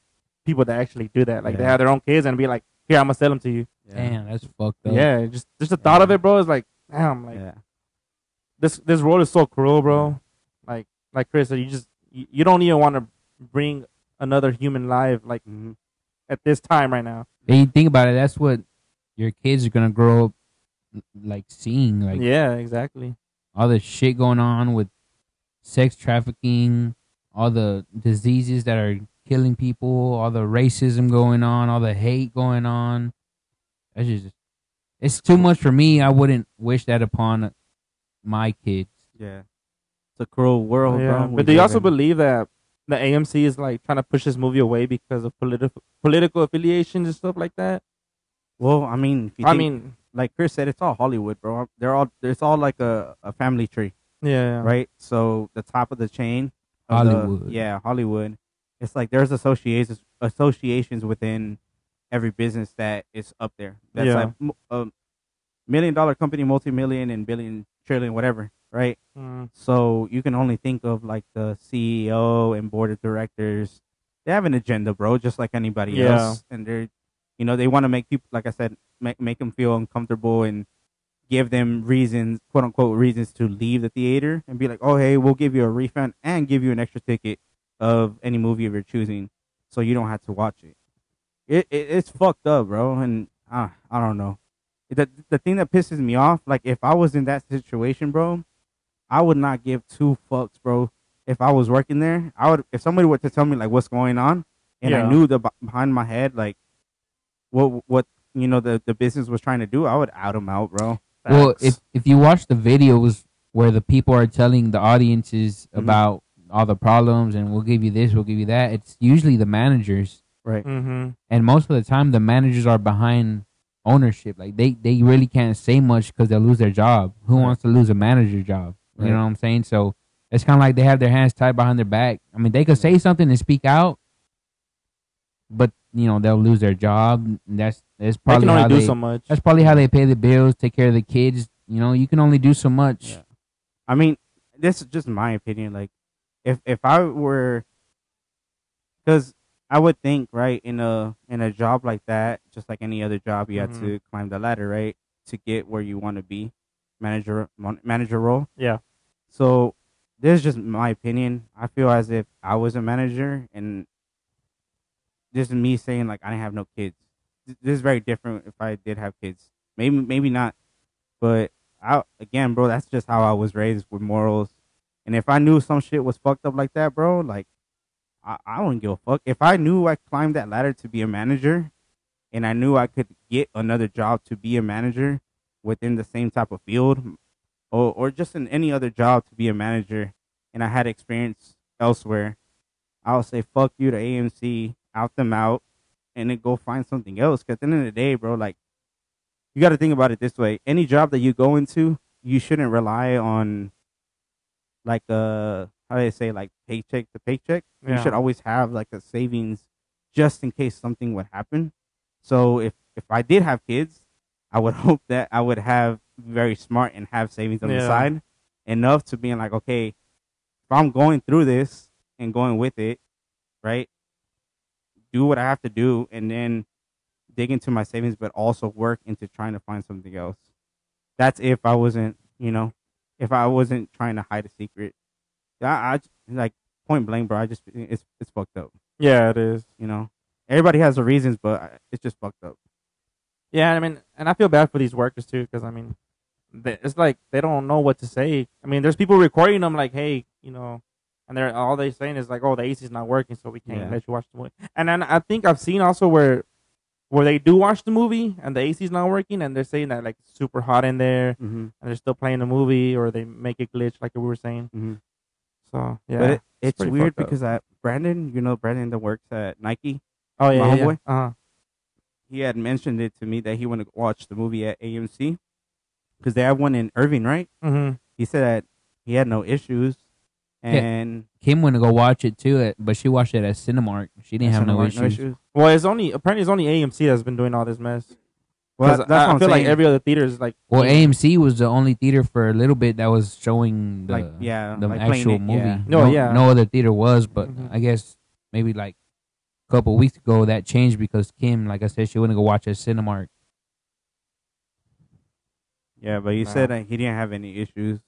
A: people that actually do that. Like they
C: Yeah.
A: have their own kids and be like, "Here, I'm gonna sell them to you."
B: Damn, that's fucked up.
A: Yeah, just just the thought of it, bro, is like, damn, like
C: yeah.
A: this this world is so cruel, bro. Like like Chris, you just you, you don't even want to bring another human life like
C: Mhm.
A: at this time right now.
B: And you think about it, that's what your kids are gonna grow up like seeing, like
A: yeah, exactly.
B: all the shit going on with sex trafficking, all the diseases that are killing people, all the racism going on, all the hate going on. That's just it's too much for me. I wouldn't wish that upon my kids.
C: Yeah. It's a cruel world,
A: yeah.
C: bro. we
A: But do you
C: live
A: also
C: in.
A: believe that the AMC is like trying to push this movie away because of political political affiliations and stuff like that?
C: Well, I mean, if you
A: I
C: think-
A: mean,
C: like Chris said, it's all Hollywood, bro. They're all it's all like a, a family tree,
A: yeah,
C: right? So the top of the chain, of the-
B: Hollywood.
C: yeah, Hollywood. It's like there's associations associations within every business that is up there. That's
A: Yeah.
C: like m- a million dollar company, multi million and billion, trillion, whatever, right?
A: Mm,
C: So you can only think of like the CEO and board of directors. They have an agenda, bro, just like anybody
A: Yeah.
C: else. And they're, you know, they want to make people, like I said, make, make them feel uncomfortable and give them reasons, quote unquote, reasons to leave the theater and be like, oh, hey, we'll give you a refund and give you an extra ticket of any movie of your choosing so you don't have to watch it. It, it It's fucked up, bro. And I, I don't know. The, the thing that pisses me off, like if I was in that situation, bro, I would not give two fucks, bro. If I was working there, I would. If somebody were to tell me like what's going on, and
A: Yeah.
C: I knew the b- behind my head like what what you know the the business was trying to do, I would out them out, bro.
B: Well,
A: facts.
B: if if you watch the videos where the people are telling the audiences
A: Mm-hmm.
B: about all the problems and we'll give you this, we'll give you that, it's usually the managers,
C: Right.
A: Mhm.
B: and most of the time the managers are behind ownership. Like they they really can't say much because they'll lose their job. Who
C: Right.
B: wants to lose a manager job? You
C: Right.
B: know what I'm saying? So it's kind of like they have their hands tied behind their back. I mean, they could say something and speak out, but you know they'll lose their job. and That's that's
A: they
B: probably
A: can
B: how
A: only do
B: they,
A: so much.
B: that's probably how they pay the bills, take care of the kids. You know, you can only do so much.
C: Yeah. I mean, this is just my opinion. Like, if if I were, because I would think right in a in a job like that, just like any other job, you
A: Mhm.
C: have to climb the ladder, right, to get where you want to be, manager mon- manager role.
A: Yeah.
C: So this is just my opinion. I feel as if I was a manager, and this is me saying like I didn't have no kids. Th- This is very different if I did have kids. Maybe maybe not, but I again, bro, that's just how I was raised with morals. And if I knew some shit was fucked up like that, bro, like I, I wouldn't give a fuck. If I knew I climbed that ladder to be a manager, and I knew I could get another job to be a manager within the same type of field, or or just in any other job to be a manager and I had experience elsewhere, I would say fuck you to AMC, out them out, and then go find something else. Cause at the end of the day, bro, like you gotta think about it this way. Any job that you go into, you shouldn't rely on like uh how do they say like paycheck to paycheck.
A: Yeah.
C: You should always have like a savings just in case something would happen. So if if I did have kids, I would hope that I would have very smart and have savings on the
A: Yeah.
C: side enough to being like, okay, if I'm going through this and going with it, right? Do what I have to do and then dig into my savings, but also work into trying to find something else. That's if I wasn't, you know, if I wasn't trying to hide a secret. I, I j- like point blank, bro. I just it's it's fucked up,
A: yeah, it is.
C: you know. Everybody has their reasons, but I- it's just fucked up.
A: Yeah, I mean, and I feel bad for these workers too, because I mean, they, it's like they don't know what to say. I mean, there's people recording them, like, hey, you know, and they're all they're saying is like, oh, the AC's not working, so we can't
C: Yeah.
A: let you watch the movie. And then I think I've seen also where where they do watch the movie and the AC's not working, and they're saying that like it's super hot in there,
C: Mm-hmm.
A: and they're still playing the movie, or they make it glitch, like we were saying.
C: Mm-hmm.
A: So yeah,
C: but it, it's
A: pretty
C: weird
A: fucked up.
C: because I Brandon, you know Brandon that works at Nike.
A: oh
C: my
A: yeah, yeah, yeah.
C: homeboy?
A: Uh-huh.
C: he had mentioned it to me that he wanted to watch the movie at AMC because they have one in Irving, right?
A: Mm-hmm.
C: He said that he had no issues,
B: Yeah.
C: and
B: Kim went to go watch it too, at, but she watched it at Cinemark. She didn't have no
C: That's
B: issues.
C: not-
A: Well, it's only apparently it's only AMC that's been doing all this mess.
C: Well,
A: 'Cause
C: that's
A: I,
C: what
A: I
C: I'm
A: feel like
C: saying.
A: every other theater is like
B: Well, AMC was the only theater for a little bit that was showing the
C: like
A: Uh,
C: yeah,
B: the
C: like playing
B: actual
C: it,
B: movie.
C: yeah.
A: No, yeah.
B: no other theater was, but
A: Mhm.
B: I guess maybe like a couple weeks ago that changed because Kim, like I said, she went to go watch at Cinemark.
C: Yeah, but he
A: Wow.
C: said that he didn't have any issues,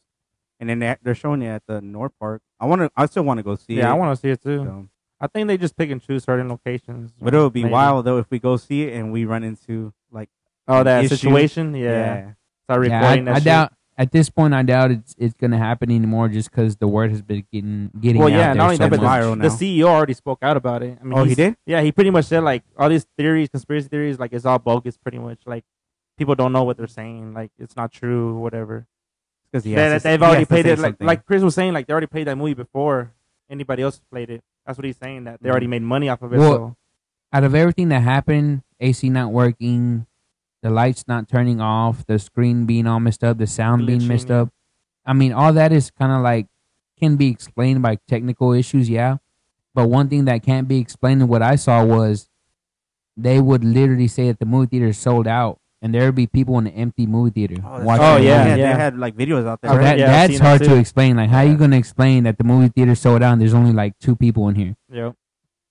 C: and then they, they're showing it at the North Park. I want to, I still want to go see
A: yeah,
C: it.
A: I want to see it too.
C: So.
A: I think they just pick and choose certain locations.
C: But it would be
A: Maybe.
C: wild though if we go see it and we run into like
A: Oh, that
C: Issue.
A: situation. Yeah.
C: yeah,
A: Start
B: Yeah,
A: recording
B: I,
A: that
B: I
A: shit.
B: doubt at this point. I doubt it's it's gonna happen anymore, just because the word has been getting getting
A: Well,
B: out
A: yeah,
B: there
A: not only
B: so
A: that, but
B: much.
C: viral now.
A: the CEO already spoke out about it. I mean,
C: oh, he
A: he's-
C: did.
A: Yeah, he pretty much said like all these theories, conspiracy theories, like it's all bogus. Pretty much, like people don't know what they're saying. Like it's not true, whatever.
C: Because
A: They- they've already played it. Like, like Chris was saying, like they already played that movie before anybody else played it. That's what he's saying. That they already made money off of it.
B: Well,
A: so.
B: out of everything that happened, AC not working, the lights not turning off, the screen being all messed up, the sound being
A: Glitching,
B: messed
A: yeah.
B: up. I mean, all that is kind of like can be explained by technical issues, yeah. But one thing that can't be explained, what I saw was they would literally say that the movie theater is sold out, and there would be people in an empty movie theater
C: oh, that's
B: watching.
A: Oh,
C: right.
B: the
A: yeah,
B: movie.
C: they
A: yeah.
C: had like videos out there.
B: So that,
A: Yeah, I've
B: that's
A: seen that
B: hard to
A: too.
B: explain. Like, how are you
C: Yeah.
B: going to explain that the movie theater sold out and there's only like two people in here?
A: Yeah.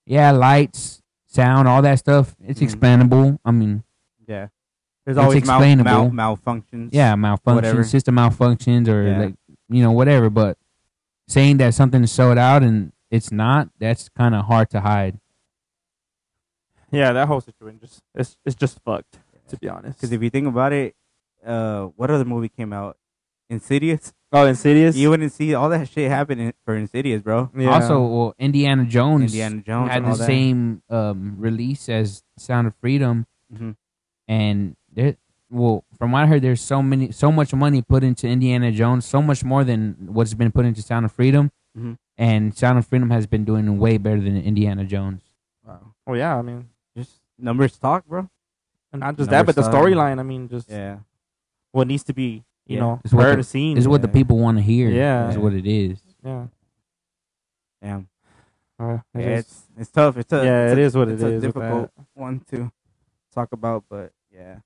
B: yeah, lights, sound, all that stuff. It's
C: Mhm.
B: explainable. I mean,
C: Yeah, there's
B: It's
C: always mal- mal-
B: explainable.
C: malfunctions.
B: yeah, malfunctions,
C: Whatever.
B: system malfunctions, or
C: Yeah.
B: like you know whatever. But saying that something is sold out and it's not, that's kind of hard to hide.
A: Yeah, that whole situation just it's it's just fucked. To be honest.
C: Because if you think about it, uh, what other movie came out? Insidious.
A: Oh, Insidious.
C: You wouldn't see all that shit happen in, for Insidious, bro.
A: Yeah.
B: Also, well, Indiana Jones
C: Indiana Jones
B: had
C: and
B: the
C: all that.
B: same um, release as Sound of Freedom,
C: Mhm.
B: and there. Well, from what I heard, there's so many, so much money put into Indiana Jones, so much more than what's been put into Sound of Freedom,
C: Mhm.
B: and Sound of Freedom has been doing way better than Indiana Jones.
C: Wow.
A: Oh yeah, I mean,
C: Just numbers talk, bro.
A: and not just
C: Number
A: that, but the
C: seven.
A: storyline. I mean, just
C: Yeah.
A: what needs to be, you
C: Yeah.
A: know,
B: It's what
A: where
B: the-
A: to see.
B: This is what the
C: Yeah.
B: people want to hear.
A: Yeah.
B: is what it is.
A: Yeah.
C: Damn.
A: Uh,
C: Yeah,
A: it is-
C: it's it's tough. It's a
A: yeah,
C: it's
A: it
C: a-
A: is what it
C: it's
A: is.
C: a
A: with that.
C: difficult one to talk about, but yeah.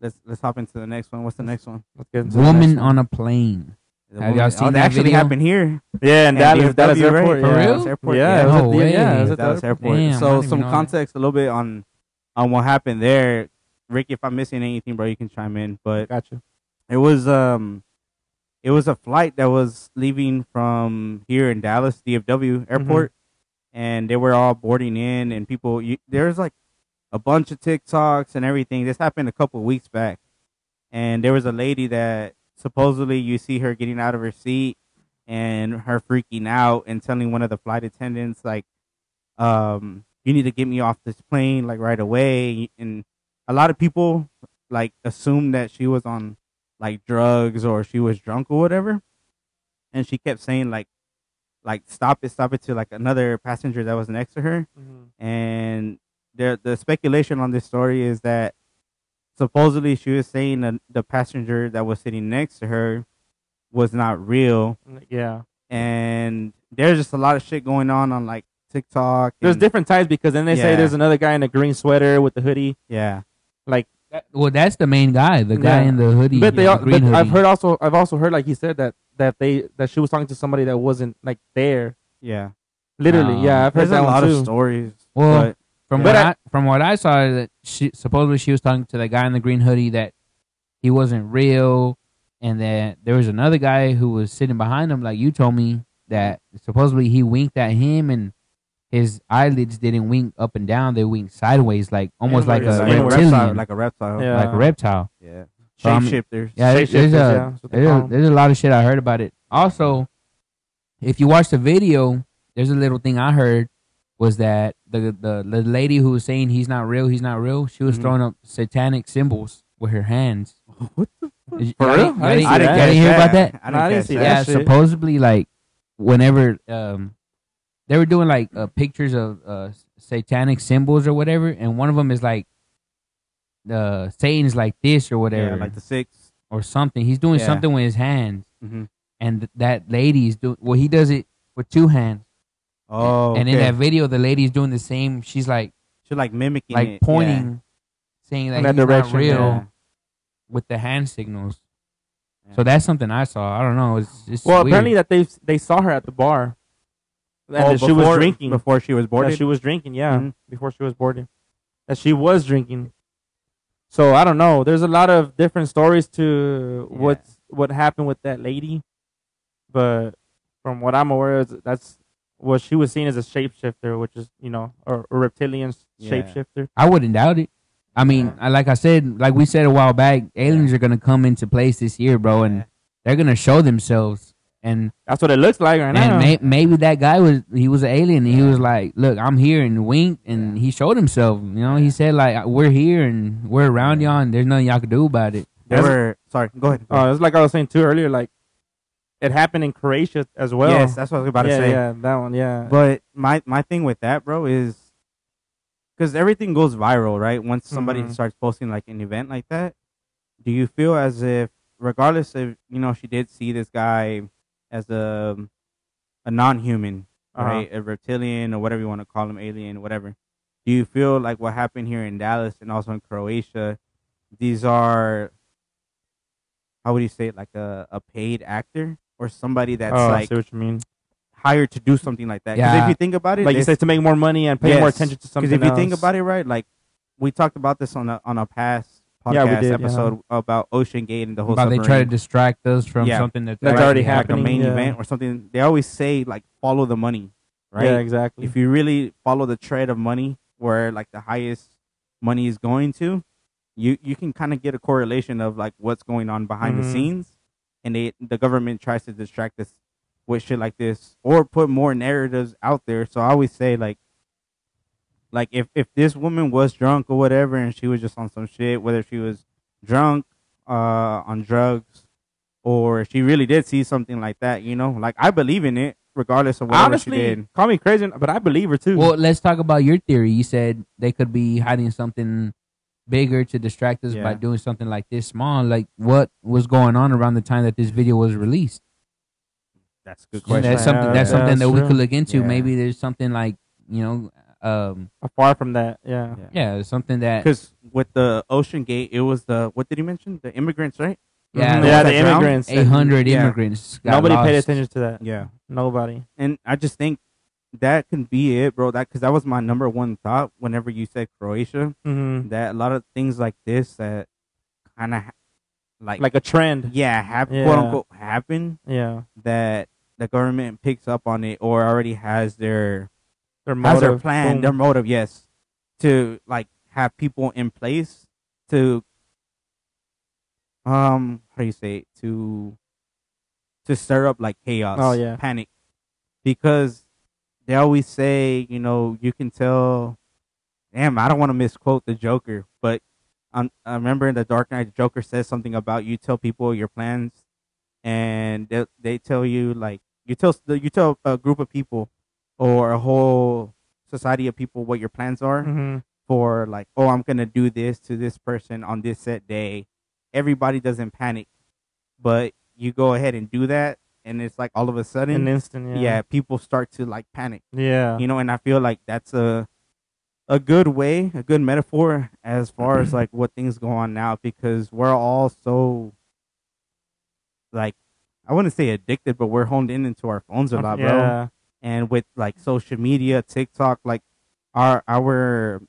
C: Let's let's hop into the next one. What's the next one?
A: Let's get into the
B: Woman
A: next one.
B: on a plane.
C: The
B: Have y'all
C: woman-
B: seen
C: oh,
B: that
C: actually
B: video?
C: happened here.
A: Yeah, and
C: And
A: Dallas,
C: DFW,
A: Dallas
C: right?
A: Airport.
B: For
A: yeah.
B: real?
A: Dallas Airport,
C: Yeah,
A: Yeah, it was
B: no
A: at the-
B: way.
A: yeah, it was
B: Is
A: at
C: Dallas
A: the-
C: Airport.
B: Damn, I
C: so
B: didn't even
C: some
B: know that.
C: context a little bit on on what happened there. Rick, if I'm missing anything, bro, you can chime in. But
A: Gotcha.
C: it was um it was a flight that was leaving from here in Dallas DFW airport and they were all boarding in and people you, there's like a bunch of TikToks and everything this happened a couple of weeks back and there was a lady that supposedly you see her getting out of her seat and her freaking out and telling one of the flight attendants like um you need to get me off this plane like right away and a lot of people like assumed that she was on like drugs or she was drunk or whatever and she kept saying like like stop it stop it to like another passenger that was next to her and there the speculation on this story is that supposedly she was saying that the passenger that was sitting next to her was not real
A: Yeah.
C: and there's just a lot of shit going on on like TikTok
A: There's
C: and-
A: different types because then they say
C: Mm. Yeah.
A: there's another guy in a green sweater with a hoodie.
C: yeah
A: Like,
B: That- well, that's the main guy, the guy
A: Yeah.
B: in the hoodie.
A: but they,
B: the
A: all,
B: green
A: but
B: hoodie.
A: I've heard also, I've also heard like he said that that they that she was talking to somebody that wasn't like there.
C: yeah
A: Literally,
B: No.
A: yeah, I've heard
C: there's
A: that
C: a lot
A: one
C: of
A: too.
C: stories
B: Well,
C: but
B: from
A: Yeah.
B: what
A: But
B: I,
A: I-
B: from what I saw that she supposedly she was talking to that guy in the green hoodie that he wasn't real, and that there was another guy who was sitting behind him, like you told me that supposedly he winked at him and. His eyelids didn't wink up and down; they winked sideways, like almost
A: Yeah,
B: like
A: like
B: a
A: a
B: reptilian, like,
C: like a reptile
A: Yeah.
B: a reptile.
C: yeah
B: So, I mean-
C: shapeshifters
B: Yeah, there's, there's
A: Shapeshifters, yeah,
B: a
A: that's what they call
B: there's,
A: 'em.
B: there's a lot of shit I heard about it. Also, if you watch the video, there's a little thing I heard was that the the, the lady who was saying he's not real, he's not real. She
A: Mm-hmm.
B: was
C: Mhm.
B: throwing up satanic symbols with her hands.
C: What
B: Did-
A: For
B: y'all
A: real?
B: didn't-
A: I
B: y'all
A: didn't
B: didn't-
A: see
B: y'all
A: that.
B: didn't hear about that?
C: I
A: No, I didn't
C: didn't, catch
A: see
C: that.
B: yeah,
A: shit.
B: supposedly like whenever um they were doing like uh, pictures of uh satanic symbols or whatever, and one of them is like the sayings like this or whatever
C: Yeah, like the six.
B: or something. He's doing
C: Yeah.
B: something with his hands,
C: Mhm.
B: and th- that lady's doing. Well, he does it with two hands.
C: Oh,
B: and
C: okay.
B: in that video, the lady's doing the same. She's like
C: she's like mimicking,
B: like
C: it.
B: pointing, saying that,
A: In that
B: he's
A: direction,
B: not
C: Yeah.
B: real
C: Yeah.
B: with the hand signals.
C: Yeah.
B: So that's something I saw. I don't know. It's, it's
A: Well,
B: weird.
A: apparently that they they saw her at the bar, and
C: Oh,
A: that she was
C: before-
A: drinking.
C: before she was
A: that
C: boarded.
A: she was drinking, yeah,
C: Mhm.
A: before she was boarded. That she was drinking. So I don't know. There's a lot of different stories to
C: Yeah.
A: what's what happened with that lady, but from what I'm aware, is that's what she was seen as a shapeshifter, which is you know a, a reptilian
C: Yeah.
A: shapeshifter.
B: I wouldn't doubt it. I mean, I, like I said, like we said a while back, aliens are gonna come into place this year, bro, and
C: Yeah.
B: they're gonna show themselves. And
A: That's what it looks like right now.
B: and may, maybe that guy was he was an alien. And he was like, "Look, I'm here," and winked, and he showed himself. You know, he said like, "We're here and we're around y'all, and there's nothing y'all can do about it."
C: They
A: That's-
C: were sorry. Go ahead.
A: Uh, it's like I was saying too earlier. Like it happened in Croatia as well.
C: yes, that's what I was about
A: yeah,
C: to say.
A: yeah, that one, yeah.
C: But my my thing with that, bro, is because everything goes viral, right? Once somebody
A: Mhm.
C: starts posting like an event like that, do you feel as if, regardless if you know she did see this guy as a a non-human,
A: Uh-huh.
C: right, a reptilian or whatever you want to call him, alien, whatever? Do you feel like what happened here in Dallas and also in Croatia? These are how would you say it, like a, a paid actor or somebody that's
A: oh, I
C: like
A: see what you mean.
C: hired to do something like that. 'Cause
B: Yeah.
C: if you think about it,
A: Like you said, to make more money and pay more
C: Yes,
A: attention to something.
C: because if you think
A: else.
C: about it, right, like we talked about this on a on a past podcast
A: Yeah, we did, yeah.
C: episode about Ocean Gate and the whole.
B: About they try to
C: submarine.
B: distract us from
C: Yeah.
B: something that's,
A: That's
C: Like-
A: already
C: like
A: happening,
C: a main
A: yeah.
C: event or something. They always say like follow the money, right?
A: Yeah, exactly.
C: If you really follow the trade of money, where like the highest money is going to, you you can kind of get a correlation of like what's going on behind
A: Mhm.
C: the scenes, and they the government tries to distract us with shit like this or put more narratives out there. So I always say like. Like if, if this woman was drunk or whatever, and she was just on some shit, whether she was drunk, uh, on drugs, or if she really did see something like that, you know, like I believe in it, regardless of whatever she did.
A: Honestly, call me crazy, but I believe her too.
B: Well, let's talk about your theory. You said they could be hiding something bigger to distract us by
C: Yeah.
B: doing something like this small. Like what was going on around the time that this video was released?
C: That's a good
B: And
C: question.
B: that's
A: Yeah,
B: something. That's
A: yeah,
B: something
A: that's
B: that we
A: true.
B: could look into.
C: Yeah.
B: Maybe there's something like you know, um,
A: Far from that, yeah. Mm-hmm.
B: yeah, something that
C: Because with the Ocean Gate, it was the what did he mention? The immigrants, right?
B: yeah,
A: Yeah,
C: that
A: the
C: drowned?
A: immigrants.
B: eight hundred
C: Yeah.
B: immigrants. Got
A: Nobody paid
B: lost.
A: attention to that.
C: Yeah.
A: Nobody.
C: And I just think that can be it, bro. That because that was my number one thought whenever you said Croatia.
A: hmm
C: That a lot of things like this that kind of like
A: Like a trend.
C: yeah, have
A: Yeah.
C: quote unquote happen
A: Yeah.
C: that the government picks up on it or already has their
A: Their
C: has their
A: motive,
C: plan,
A: boom.
C: their motive, yes, to like have people in place to um how do you say it? to to stir up like chaos,
A: Oh, yeah.
C: panic, because they always say you know you can tell. Damn, I don't want to misquote the Joker, but i I remember in the Dark Knight, the Joker says something about you tell people your plans, and they they tell you like you tell you tell a group of people or a whole society of people what your plans are
A: Mhm.
C: for like oh i'm gonna do this to this person on this set day everybody doesn't panic but you go ahead and do that and it's like all of a sudden
A: An instant,
C: yeah.
A: yeah.
C: people start to like panic
A: Yeah.
C: you know and i feel like that's a a good way a good metaphor as far as like what things go on now because we're all so like i wouldn't say addicted but we're honed in into our phones a lot bro
A: yeah.
C: and with like social media, TikTok, like our our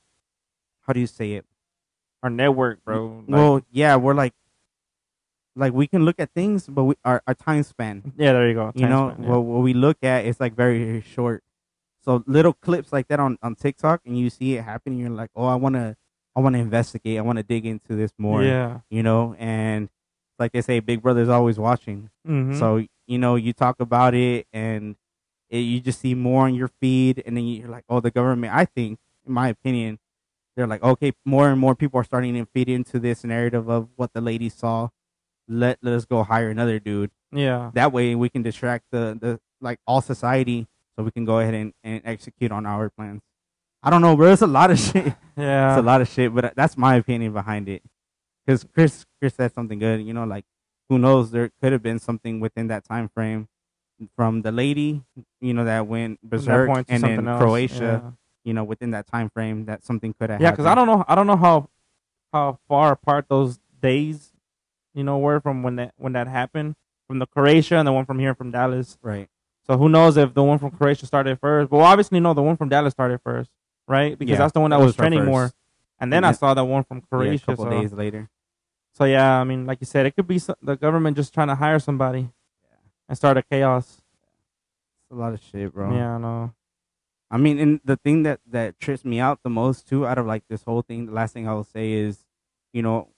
C: how do you say it?
A: Our network, bro. Like,
C: well, yeah, we're like like we can look at things, but we our, our time span,
A: yeah, there you go.
C: you know,
A: Time span, yeah.
C: what what we look at is like very short. So little clips like that on on TikTok, and you see it happening, you're like, oh, I wanna I wanna investigate, I wanna dig into this more,
A: Yeah.
C: you know, and like they say, Big Brother's always watching.
A: Mhm.
C: So you know, you talk about it, and it, you just see more on your feed, and then you're like, "Oh, the government." I think, in my opinion, they're like, "Okay, more and more people are starting to feed into this narrative of what the lady saw. Let let us go hire another dude.
A: yeah.
C: That way, we can distract the the like all society, so we can go ahead and, and execute on our plans." I don't know, bro. It's a lot of shit.
A: Yeah.
C: it's a lot of shit, but that's my opinion behind it. Because Chris, Chris said something good. You know, like who knows? There could have been something within that time frame from the lady, you know, that went
A: From that
C: berserk,
A: point to
C: and then
A: something else.
C: Croatia.
A: Yeah.
C: You know, within that time frame, that something could have.
A: Yeah, because I don't know, I don't know how how far apart those days, you know, were from when that when that happened, from the Croatia and the one from here from Dallas.
C: Right.
A: So who knows if the one from Croatia started first? But obviously, no, the one from Dallas started first, right? Because
C: Yeah,
A: that's the one that
C: that
A: was
C: was her
A: trending
C: first.
A: more. And then
C: And
A: I
C: then-
A: saw that one from
C: Yeah,
A: Croatia.
C: a couple
A: so.
C: days later.
A: so yeah, I mean, like you said, it could be so- the government just trying to hire somebody and start a chaos.
C: It's a lot of shit, bro.
A: Yeah, I know.
C: I mean, and the thing that that trips me out the most too, out of like this whole thing, the last thing I will say is, you know,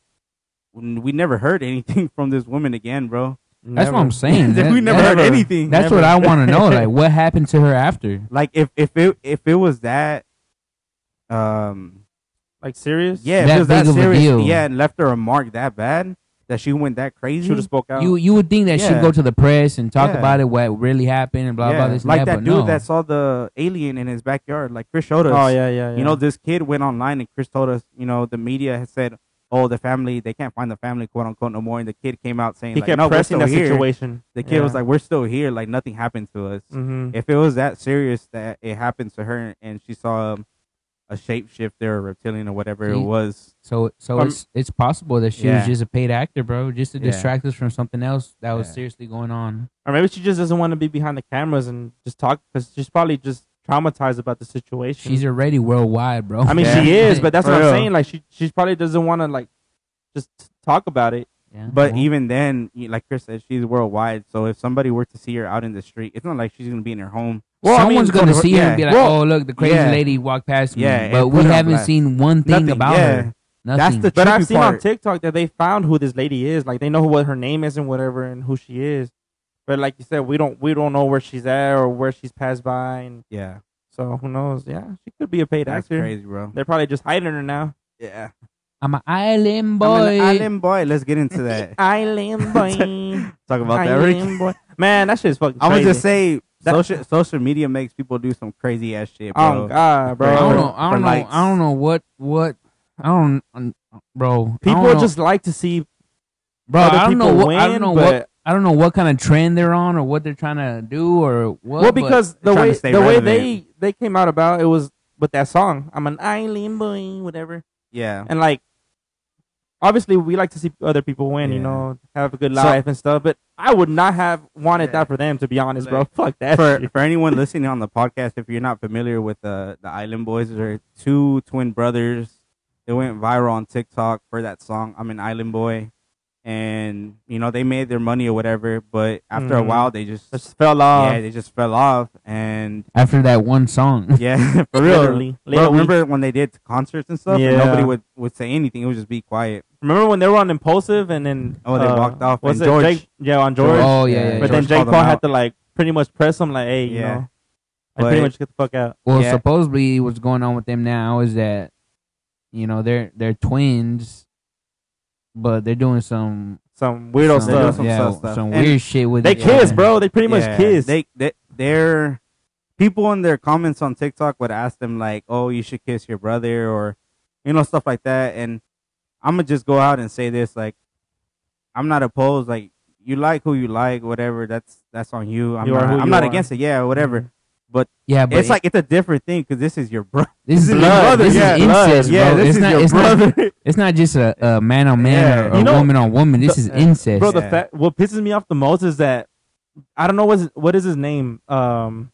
C: n- we never heard anything from this woman again, bro.
B: That's what I'm saying. That-
C: we never
B: that-
C: heard anything.
B: That's what I want to know. Like, what happened to her after?
C: Like if if it if it was that, um,
A: Like serious?
C: yeah, if
B: That
C: it was that
B: big of a
C: serious,
B: deal.
C: yeah, and left her a mark that bad that she went that crazy.
A: should have spoke out.
B: You you would think that she'd
C: Yeah.
B: go to the press and talk
C: Yeah.
B: about it, what really happened, and blah
C: yeah.
B: blah. This and
C: like
B: that,
C: that
B: but
C: dude
B: no.
C: that saw the alien in his backyard, like Chris showed us.
A: oh yeah, yeah, yeah.
C: You know, this kid went online and Chris told us, you know, the media has said, oh, the family, they can't find the family, quote unquote, no more. And the kid came out saying,
A: he
C: like,
A: kept
C: no, we're
A: pressing
C: still
A: that
C: here.
A: situation.
C: The kid was like, we're still here. Like, nothing happened to us.
A: mm-hmm.
C: If it was that serious that it happened to her and she saw um, a shapeshifter or reptilian or whatever it
B: See?
C: was,
B: so so
A: From-
B: it's it's possible that she
C: Yeah.
B: was just a paid actor, bro, just to
C: Yeah.
B: distract us from something else that was
C: Yeah.
B: seriously going on.
A: or maybe she just doesn't want to be behind the cameras and just talk because she's probably just traumatized about the situation.
B: She's already worldwide, bro.
A: I mean,
C: Yeah.
A: she is, but that's
C: For
A: what
C: real.
A: I'm saying. Like, she she probably doesn't want to like just talk about it.
B: Yeah.
C: but
A: uh-huh.
B: Well,
C: even then, you- like Chris said, she's worldwide. So if somebody were to see her out in the street, it's not like she's going to be in her home.
A: Well, I mean,
B: someone's gonna
C: go to-
B: see her and be
C: yeah.
B: like,
A: Well,
B: "Oh, look, the crazy
C: yeah.
B: lady walked past me,"
C: Yeah,
B: but
C: and
B: we
C: put it on
B: haven't
C: blast.
B: seen one thing
C: Nothing,
B: about
C: yeah.
B: her. Nothing.
C: That's the
A: But I've
C: trippy
A: seen on
C: part.
A: TikTok that they found who this lady is. Like, they know what her name is and whatever, and who she is. But like you said, we don't we don't know where she's at or where she's passed by, and
C: Yeah.
A: so who knows? Yeah, she could be a paid
C: That's
A: actor.
C: crazy, bro.
A: They're probably just hiding her now.
C: Yeah.
B: I'm an island
C: I'm
B: boy.
C: an island boy. Let's get into that.
A: Island boy,
C: Talk about that, Rick.
A: island boy. Man, that shit's fucking.
C: I
A: Crazy.
C: would just say
A: That-
C: social social media makes people do some crazy ass shit, bro.
A: Oh God,
B: I
A: bro!
B: don't
C: For-
B: know. I
C: for
B: don't know.
C: likes.
B: I don't know what what. I don't, um, bro. I don't
A: People
B: know.
A: just like to see
B: bro.
A: other
B: I don't know
A: people
B: what.
A: win,
B: I don't know
A: but
B: what. I don't know what kind of trend they're on or what they're trying to do or
A: well,
B: what. but-
A: because the
C: They're trying
A: way
C: to stay
A: the way
C: relevant.
A: they they came out about it was with that song. I'm an island boy, whatever,
C: Yeah.
A: and like obviously we like to see other people win, you
C: Yeah.
A: know, have a good
C: So-
A: life and stuff. But I would not have wanted
C: Yeah.
A: that for them, to be honest, bro.
C: Like,
A: Fuck that.
C: For
A: shit.
C: for anyone listening on the podcast, if you're not familiar with the the Island Boys, they're two twin brothers. They went viral on TikTok for that song. I'm an Island Boy, and you know they made their money or whatever. But after a
A: Mhm.
C: while, Mm-hmm. they just
A: Just fell off.
C: yeah they just fell off and
B: after that one song,
C: yeah for real.
A: Literally.
C: Bro,
A: Literally.
C: remember when they did concerts and stuff?
A: Yeah.
C: And nobody would, would say anything. It would just be quiet.
A: Remember when they were on Impulsive and then
C: Oh, they
A: uh,
C: walked off
A: Was
C: and
A: it
C: George-
A: Jake? Yeah, on George.
B: Oh, yeah, yeah,
A: but
B: yeah.
A: then
C: George called
A: Jake
C: them
A: Paul
C: out.
A: had to like pretty much press him like, hey, you
C: Yeah.
A: know, like,
C: But-
A: pretty much get the fuck out.
B: well,
C: Yeah.
B: supposedly what's going on with them now is that you know they're they're twins, but they're doing some
A: Some weirdo
B: some,
C: They're doing
A: stuff.
C: some
B: yeah,
C: sus stuff.
B: some
C: And
B: weird shit with
A: They
B: it.
A: kiss,
B: Yeah.
A: bro. They pretty much
C: Yeah,
A: kiss.
C: They they they're people in their comments on TikTok would ask them like, "Oh, you should kiss your brother," or you know stuff like that. And I'm gonna just go out and say this: like, I'm not opposed. Like, you like who you like, whatever. That's that's on you. I'm
A: You are
C: not,
A: who
C: I'm
A: you
C: not
A: are. Mm-hmm.
C: against it. Yeah, whatever.
B: Yeah, but
C: it's like it's a different thing because this is your brother.
B: this is
C: your
B: blood.
C: brother,
B: This
C: yeah,
B: is incest,
C: Yeah,
B: bro.
C: this
B: it's
C: is
B: not.
C: your
B: it's not.
C: brother.
B: It's not just a, a man on man
C: Yeah.
B: or, or
A: You know-
B: woman on woman. This
A: the-
B: is incest.
A: bro. The
C: Yeah.
A: fa- what pisses me off the most is that I don't know what's what is his name. Um,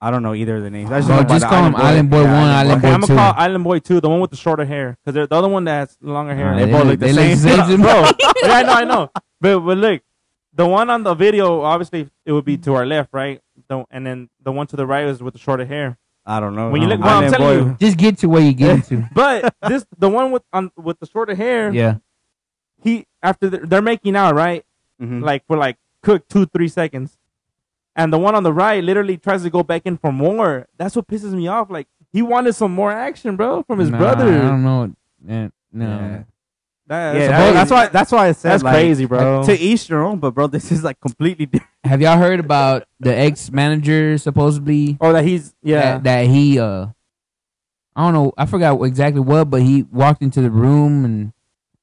C: I don't know either of the names. I just,
B: Bro,
C: know about
B: just
C: the
B: call him Island Boy
C: Yeah,
B: One, Island
A: okay,
B: Boy
A: I'm
B: two.
A: gonna call Island Boy two, the one with the shorter hair, because the other one that has longer hair.
B: Uh,
C: They both look the
B: they
C: same.
A: bro. yeah, I know, I know. But but look, the one on the video, obviously, it would be to our left, right? The, and then the one to the right is with the shorter hair.
C: I don't know.
A: When you look- well, I'm
C: Island
A: telling
C: Boy.
A: you.
B: Just get to where you get to.
A: But this, the one with on with the shorter hair,
B: yeah.
A: he after the, they're making out, right?
C: Mhm.
A: like for like cook two three seconds and the one on the right literally tries to go back in for more that's what pisses me off like he wanted some more action bro from his
B: Nah, I
A: brother
B: don't know. Eh, no.
C: Yeah.
A: That-
C: yeah,
A: that's,
C: that- that's why. That's why I said
A: that's
C: like,
A: crazy bro
C: To each their own, but bro, this is like completely different.
B: Have y'all heard about the ex manager supposedly
A: or that he's Oh, yeah
B: that, that he uh I I don't know. I forgot exactly what, but he walked into the room and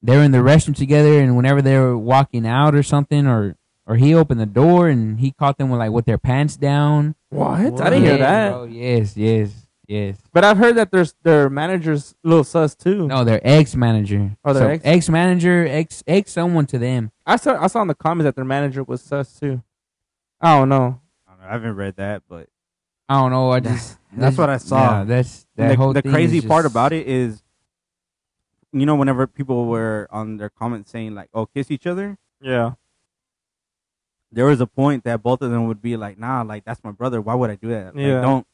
B: they were in the restroom together. And whenever they were walking out or something, or or he opened the door and he caught them with like with their pants down.
A: What?
C: What?
A: I didn't hear
B: Yes,
A: that.
B: bro. Yes, yes, yes.
A: But I've heard that there's their manager's a little sus too.
B: No, their ex manager.
A: Oh, their ex-
B: ex manager, ex ex someone to them.
A: I saw I saw in the comments that their manager was sus too. I don't know.
C: I, don't know, I haven't read that, but
B: I don't know. I just
C: that's what I saw.
B: Nah, that's that
C: And the,
B: whole.
C: the
B: thing
C: crazy
B: is just,
C: part about it is, you know, whenever people were on their comments saying like, "Oh, kiss each other,"
A: Yeah.
C: there was a point that both of them would be like, "Nah, like that's my brother. Why would I do that? Like,
A: Yeah.
C: don't,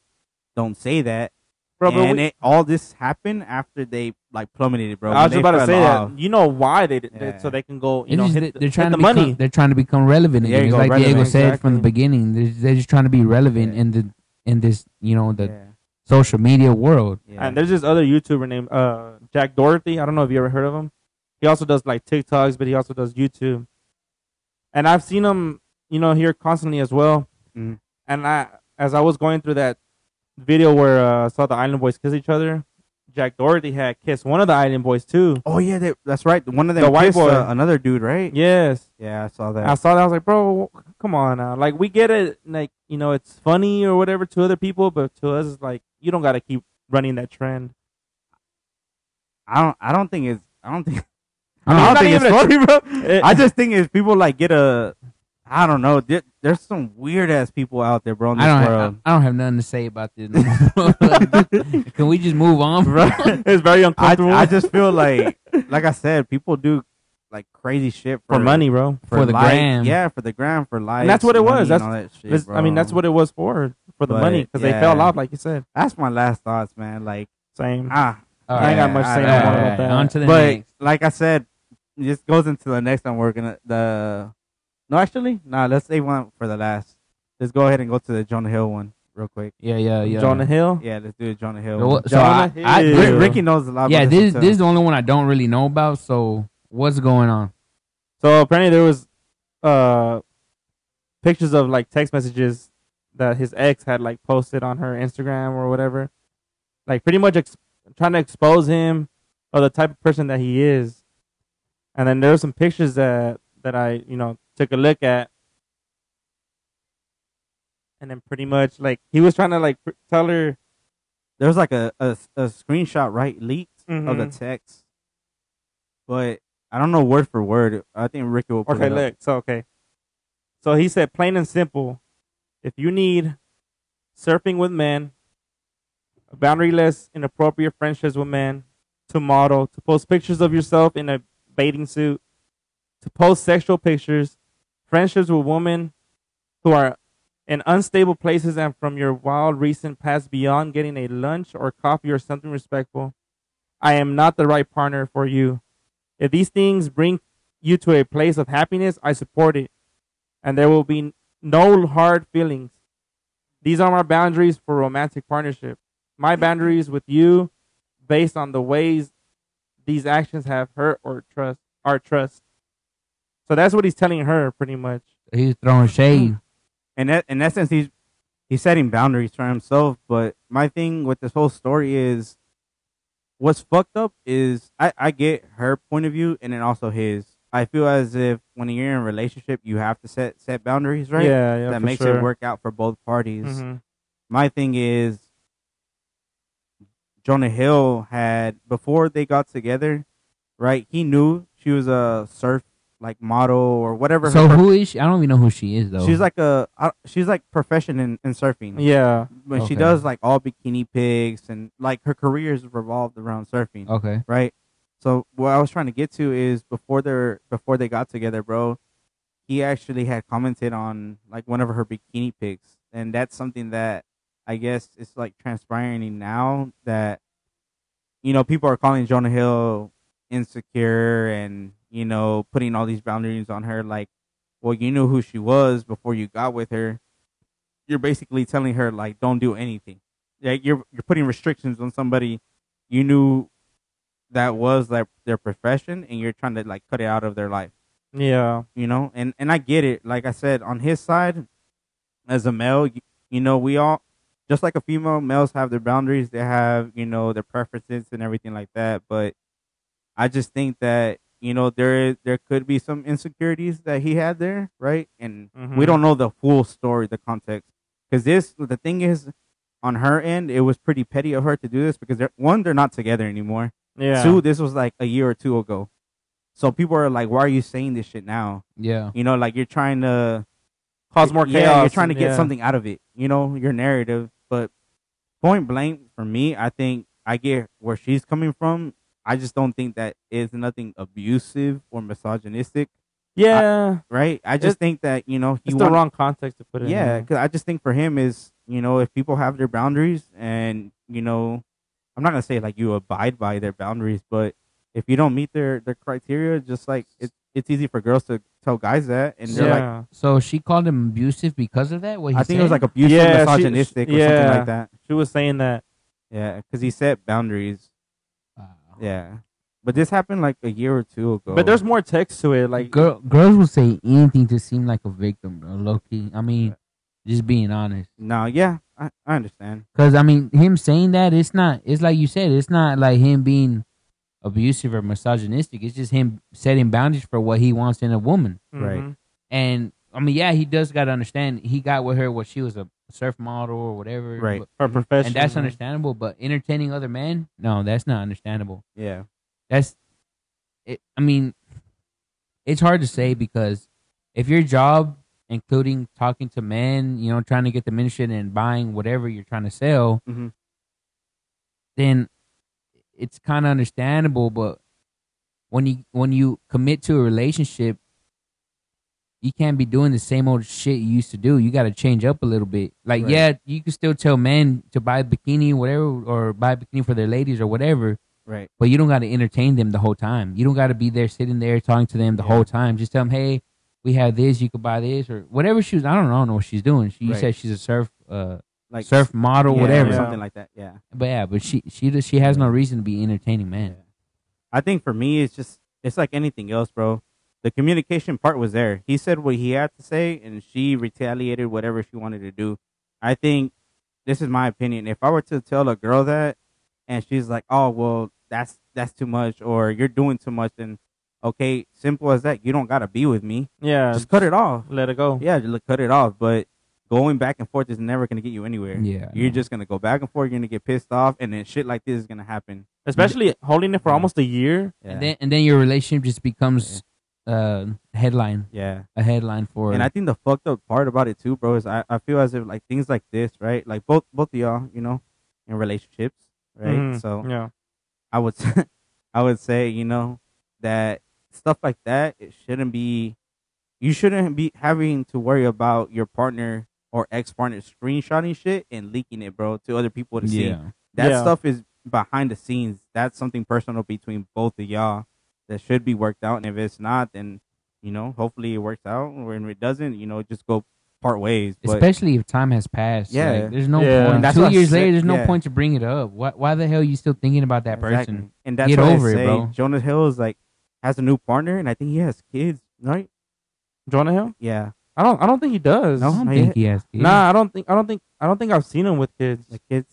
C: don't say that."
A: Bro, but
C: and
A: we-
C: it, all this happened after they like plummeted, bro.
A: I
C: When
A: was
C: they
A: just about to
C: fell
A: say
C: off.
A: that. You know why they did
C: Yeah.
A: so they can go. You
B: it's
A: know,
B: just
A: hit
B: that
A: the,
B: they're trying
A: hit
B: to
A: the
B: become,
A: money.
B: They're trying to become relevant
C: There
B: again.
C: you
B: It's
C: go,
B: like Diego
C: relevant,
B: said from the
A: exactly.
B: beginning. They're, they're just trying to be relevant
C: Yeah.
B: in the in this you know the
C: Yeah,
B: social media world.
C: yeah.
A: And there's this other YouTuber named uh, Jack Dorothy. I don't know if you ever heard of him. He also does like TikToks, but he also does YouTube. And I've seen him, you know, here constantly as well.
C: Mhm.
A: And I, as I was going through that video where uh, I saw the Island Boys kiss each other, Jack Dorothy had kissed one of the Island Boys too.
C: oh yeah, they, that's right. One of them
A: The white
C: kissed,
A: boy.
C: uh, another dude, right?
A: Yes.
C: Yeah, I saw
A: I
C: that.
A: saw that. I was like, bro, come on now. Like, we get it. Like, you know, it's funny or whatever to other people, but to us, it's like, you don't got to keep running that trend.
C: I don't. I don't think it's. I don't think.
B: I don't
A: It's
C: think it's
A: not even a tree, bro.
C: I just think if people like get a, I don't know. There, there's some weird ass people out there, bro. In this
B: I don't. Have,
C: world.
B: I don't have nothing to say about this. Can we just move on, bro?
A: it's very
C: I,
A: uncomfortable.
C: I just feel like, like I said, people do like crazy shit for,
A: for money, bro.
C: for,
B: For the
C: likes.
B: gram.
C: Yeah, for the gram, for life.
A: that's what it was. That's-
C: that shit,
A: Let's- I mean,
C: bro.
A: that's what it was for for the
C: But,
A: money because they
C: yeah.
A: fell off, like you said.
C: That's my last thoughts, man. Like,
A: Same.
C: ah,
B: All
A: I ain't got
B: right,
A: much to
C: I-
A: say no
B: all
A: more
B: right,
A: about that.
B: On to the
C: but
B: next.
C: like I said, this goes into the next. I'm working at the. No, actually, nah. Let's save one for the last. Let's go ahead and go to the Jonah Hill one real quick.
B: Yeah, yeah, yeah.
A: Jonah Hill.
C: Yeah, let's do the Jonah Hill.
B: So,
C: one.
B: what- so I,
A: Jonah
B: I,
A: Hill.
C: Ri-
A: Yeah.
C: Ricky knows a lot.
B: yeah,
C: about
B: this
C: one,
B: this is
C: too.
B: the only one I don't really know about. So what's going on?
A: So apparently there was uh pictures of like text messages that his ex had like posted on her Instagram or whatever, like pretty much ex- trying to expose him or the type of person that he is. And then there were some pictures that that I you know took a look at. And then pretty much like he was trying to like pr- tell her
C: there was like a, a, a screenshot right leaked of the
A: Mhm.
C: text, but I don't know word for word. I think Ricky will. Put
A: Okay,
C: it up.
A: look. So okay. So he said, plain and simple, if you need surfing with men, boundaryless, inappropriate friendships with men, to model, to post pictures of yourself in a bathing suit, to post sexual pictures, friendships with women who are in unstable places and from your wild recent past beyond getting a lunch or coffee or something respectful. I am not the right partner for you. If these things bring you to a place of happiness, I support it. And there will be no hard feelings. These are my boundaries for romantic partnership. My boundaries with you based on the ways these actions have hurt or trust our trust. So that's what he's telling her pretty much.
B: He was throwing shade.
C: And that, in essence, he's he's setting boundaries for himself. But my thing with this whole story is, what's fucked up is I I get her point of view and then also his. I feel as if when you're in a relationship, you have to set set boundaries, right?
A: Yeah, yeah.
C: that
A: for
C: makes
A: sure.
C: it work out for both parties.
A: Mhm.
C: my thing is Jonah Hill had before they got together, right? He knew she was a surf like model or whatever.
B: So
C: her
B: who is she? I don't even know who she is though.
C: she's like a I- she's like profession in, in surfing.
A: Yeah.
C: But she
B: Okay.
C: does like all bikini pigs and like her career is revolved around surfing
B: okay.
C: right? So what I was trying to get to is before they before they got together, bro, he actually had commented on like one of her bikini pics, and that's something that I guess is like transpiring now that you know people are calling Jonah Hill insecure and you know putting all these boundaries on her. Like, well, you knew who she was before you got with her. You're basically telling her like, don't do anything. Like you're you're putting restrictions on somebody you knew that was like their profession and you're trying to like cut it out of their life
A: Yeah.
C: you know and and i get it like i said on his side as a male you, you know we all just like a female, males have their boundaries. They have you know their preferences and everything like that. But I just think that you know there there could be some insecurities that he had there, right? And Mm-hmm. we
A: Mhm.
C: don't know the full story, the context, because this the thing is. On her end, it was pretty petty of her to do this because they're, one, they're not together anymore.
A: Mm-hmm. Yeah.
C: Two, this was like a year or two ago. So people are like, why are you saying this shit now?
B: Yeah.
C: You know, like you're trying to
A: Cause more
C: yeah,
A: chaos.
C: You're trying to
A: and-
C: get
A: yeah.
C: something out of it, you know, your narrative. But point blank for me, I think I get where she's coming from. I just don't think that is nothing abusive or misogynistic,
A: Yeah.
C: right? I just
A: It's-
C: think that, you know, he
A: it's the
C: want-
A: wrong context to put it
C: yeah,
A: in.
C: because I just think for him is you know if people have their boundaries and you know, I'm not gonna say like you abide by their boundaries, but if you don't meet their their criteria, just like it's it's easy for girls to tell guys that, and they're like,
A: yeah.
B: So she called him abusive because of that. What he
C: I think
B: said?
C: it was like abusive,
A: Yeah, she-
C: misogynistic, or
A: yeah.
C: something like that.
A: she was saying that.
C: Yeah, because he set boundaries.
B: Wow.
C: Yeah, but this happened like a year or two ago.
A: But there's more text to it. Like
B: Like girl, girls will say anything to seem like a victim, bro. Low key. I mean, just being honest.
C: no, yeah, I, I understand.
B: Cause I mean, him saying that it's not. It's like you said. It's not like him being abusive or misogynistic. It's just him setting boundaries for what he wants in a woman.
C: Right.
A: Mhm.
B: And I mean, yeah, he does got to understand. He got with her what she was a surf model or whatever.
C: Right.
B: but-
A: Her profession.
B: and that's understandable. But entertaining other men, no, that's not understandable.
C: Yeah,
B: that's it, i mean it's hard to say because if your job including talking to men you know trying to get them interested in buying whatever you're trying to sell
C: Mhm.
B: then it's kind of understandable but when you when you commit to a relationship you can't be doing the same old shit you used to do you got to change up a little bit like
C: Right.
B: yeah you can still tell men to buy a bikini whatever or buy a bikini for their ladies or whatever
C: right.
B: but you don't got to entertain them the whole time. You don't got to be there sitting there talking to them the
C: Yeah.
B: whole time. Just tell them, hey, we have this. You could buy this or whatever she was. I don't know, I don't know what she's doing. She you
C: Right.
B: said she's a surf, uh,
C: Like
B: surf model,
C: yeah,
B: whatever.
A: yeah.
C: something like that. Yeah.
B: But yeah, but she she does, she has no reason to be entertaining, man.
C: I think for me, it's just it's like anything else, bro. The communication part was there. He said what he had to say, and she retaliated whatever she wanted to do. I think this is my opinion. If I were to tell a girl that, and she's like, "Oh, well, that's that's too much," or "You're doing too much," then okay, simple as that. You don't gotta be with me.
A: Yeah.
C: Just cut it off.
A: let it go.
C: Yeah, just cut it off. But going back and forth is never gonna get you anywhere.
B: Yeah,
C: You're just gonna go back and forth. You're gonna get pissed off, and then shit like this is gonna happen.
A: Especially holding it for
C: Yeah.
A: almost a year.
C: Yeah.
B: and then and then your relationship just becomes uh headline
C: yeah.
B: a headline for
C: And I think the fucked up part about it too, bro, is I, I feel as if like things like this, right? Like both both of y'all, you know, in relationships, right?
A: Mhm.
C: So
A: Yeah.
C: I would I would say, you know, that stuff like that, it shouldn't be you shouldn't be having to worry about your partner or ex partner screenshotting shit and leaking it, bro, to other people to see.
B: yeah
C: That
A: Yeah.
C: stuff is behind the scenes. That's something personal between both of y'all that should be worked out. And if it's not, then you know, hopefully it works out. Or if it doesn't, you know, just go part ways. But
B: especially if time has passed
C: Yeah.
B: Like, there's no
A: Yeah.
B: point
C: That's
B: two
C: what I
B: years
C: said,
B: later there's no
C: yeah.
B: point to bring it up why, why the hell are you still thinking about that
C: Exactly.
B: person
C: and that's
B: Get
C: what
B: over
C: I
B: it,
C: say.
B: bro.
C: Jonas Hill is like has a new partner, and I think he has kids, right?
A: Jonah Hill?
C: Yeah,
A: I don't. I don't think he does.
C: No?
B: I don't
C: Not
B: think
C: yet.
B: he has kids.
A: Nah. I don't think. I don't think. I don't think I've seen him with kids.
C: the kids.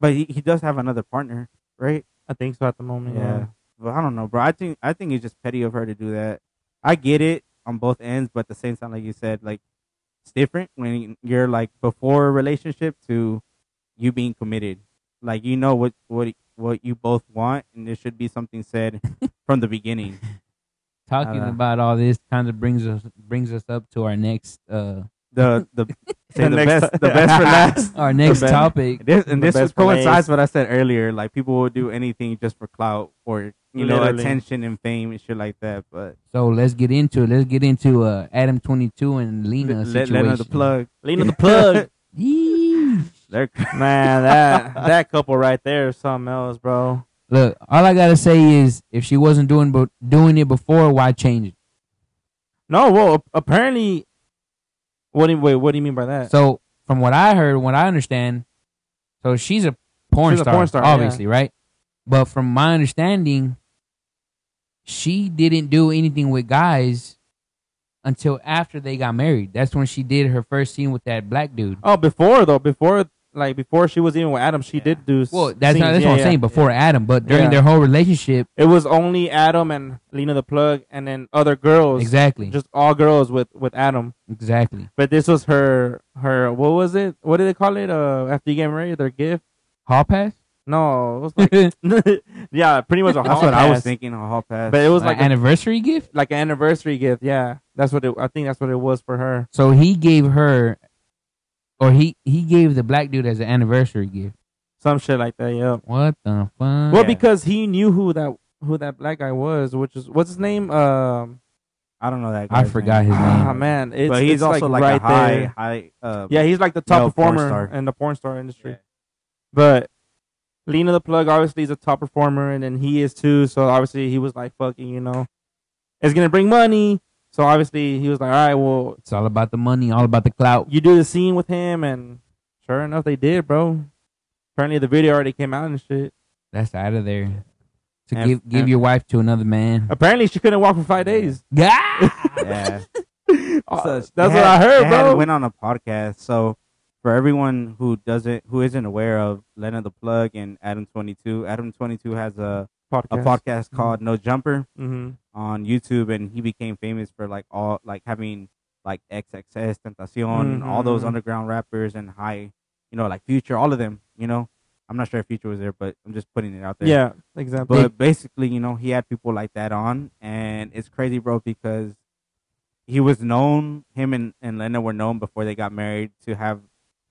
C: But he, he does have another partner, right?
A: I think so at the moment. Yeah.
C: Yeah. But I don't know, bro. I think I think it's just petty of her to do that. I get it on both ends, but at the same time, like you said, like it's different when you're like before a relationship to you being committed. Like you know what what what you both want, and there should be something said from the beginning.
B: talking
C: Uh,
B: about all this kind of brings us brings us up to our next uh
C: The the say
A: The
C: the,
A: next-
C: best the best for last.
B: our next
A: best-
B: topic.
C: This, and
A: The
C: this
A: best for last.
C: coincides what I said earlier. Like people will do anything just for clout or you know
A: Literally.
C: attention and fame and shit like that. But
B: So let's get into it. Let's get into uh Adam twenty two and Lena
C: let, let
B: situation.
C: let the plug.
A: Lena the plug.
B: Yeesh.
C: They're
A: Man, that that couple right there is something else, bro.
B: Look, all I gotta say is if she wasn't doing but doing it before, why change it?
A: No, well, ap- apparently. What do you, wait? What do you mean by that?
B: So from what I heard, what I understand, so she's a porn
A: She's a
B: star,
A: porn star,
B: obviously, right? But from my understanding, she didn't do anything with guys until after they got married. That's when she did her first scene with that black dude.
A: oh, before though, before like before she was even with Adam, she
C: Yeah.
A: did do. s-
B: Well, that's
A: things.
B: not, that's
A: Yeah,
B: what I'm
A: yeah,
B: saying. Before Adam, but during
A: Yeah.
B: their whole relationship,
A: it was only Adam and Lena the Plug, and then other girls,
B: exactly,
A: just all girls with with Adam.
B: exactly,
A: But this was her her what was it? What did they call it? Uh, after you get married, their gift?
B: hall pass,
A: No, it was like yeah, pretty much a
C: That's
A: hall
C: what I was
A: pass.
C: thinking. A hall pass.
A: But it was
B: like
A: like a-
B: anniversary gift.
A: like an anniversary gift. Yeah, that's what it, I think. That's what it was for her.
B: So he gave her, or he he gave the black dude as an anniversary gift.
A: Some shit like that. Yeah.
B: What the fuck?
A: Well,
C: Oh, Yeah.
A: because he knew who that who that black guy was, which is what's his name? Um,
C: I don't know that.
B: I
C: guy's
B: forgot his name.
A: ah man, it's,
C: but he's
A: it's
C: also like,
A: right
C: a high,
A: there.
C: high. Uh,
A: Yeah, he's like the top
C: male porn
A: performer
C: star.
A: in the porn star industry.
C: Yeah.
A: But Lena the Plug obviously is a top performer, and then he is too. So obviously he was like, "Fucking, you know, it's gonna bring money." So obviously he was like, "All right, well,
B: It's all about the money, all about the clout.
A: you do the scene with him," and sure enough, they did, bro. Apparently the video already came out and shit.
B: That's out of there. To
C: And-
B: give give
C: and-
B: your wife to another man.
A: Apparently she couldn't walk for five days.
B: Yeah.
C: yeah.
A: Uh,
C: So
A: that's
C: they
A: what
C: had-
A: I heard,
C: they had-
A: bro.
C: Went on a podcast. So for everyone who doesn't, who isn't aware of Lena the Plug and Adam Twenty Two, Adam Twenty Two has a a podcast called No Jumper
A: hmm
C: on YouTube, and he became famous for like all like having like XXS Tentacion and all those
A: Mhm.
C: underground rappers and high, you know, like Future, all of them. You know, I'm not sure if Future was there, but I'm just putting it out there.
A: Yeah, exactly.
C: But basically, you know, he had people like that on, and it's crazy, bro, because he was known. Him and and Lena were known before they got married to have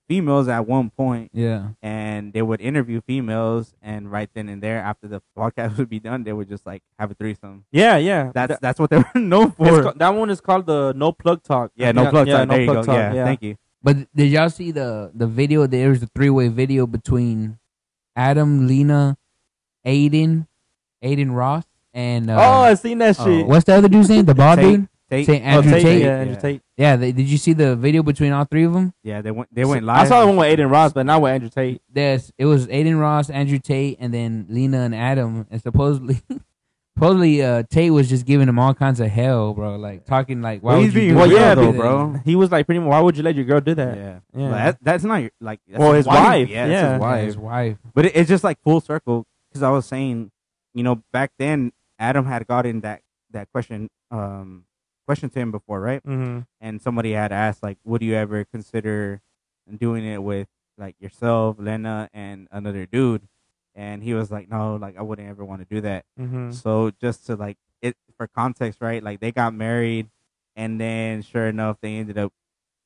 C: females at one point,
B: yeah.
C: and they would interview females, and right then and there, after the podcast would be done, they would just like have a threesome.
A: yeah, yeah.
C: That's
A: That-
C: that's what they were known
A: it's
C: for.
A: ca- that one is called the No Plug Talk.
C: yeah, no plug talk.
A: No
C: there you go.
A: Plug Talk,
C: yeah, thank you.
B: But did y'all see the the video? There was a three way video between Adam, Lena, Aiden, Aiden Ross, and uh,
A: oh, I seen that
C: oh,
A: shit.
B: what's the other dude's name? The bald
C: Tate.
B: dude.
C: Tate,
B: Say
A: Oh,
B: Andrew
A: Tate,
B: Tate.
A: Yeah,
B: Yeah,
A: Andrew
C: Yeah.
A: Tate.
B: they, did you see the video between all three of them?
C: yeah, they went they went live.
A: I saw the one with Aiden Ross, but not with Andrew Tate.
B: There's it was Aiden Ross, Andrew Tate, and then Lena and Adam, and supposedly. Supposedly, uh, Tate was just giving him all kinds of hell, bro. Like talking like, why
C: Well,
B: would
C: he's
B: you
C: being
B: do
A: Well,
B: that?
A: yeah,
C: real though,
B: Do that?
C: bro.
A: He was like, pretty much, why would you let your girl do that?
C: Yeah,
A: Yeah.
C: Like, that, that's not your, like. That's
A: Well, his wife, yeah.
C: Yeah, That's
A: Yeah,
C: his wife.
B: Yeah, his wife.
C: But it, it's just like full circle because I was saying, you know, back then Adam had gotten that that question um question to him before, right?
A: Mm-hmm.
C: And somebody had asked like, would you ever consider doing it with like yourself, Lena, and another dude? And he was like, no, like I wouldn't ever want to do that.
A: Mm-hmm.
C: So just to like it for context, right? Like they got married, and then sure enough, they ended up,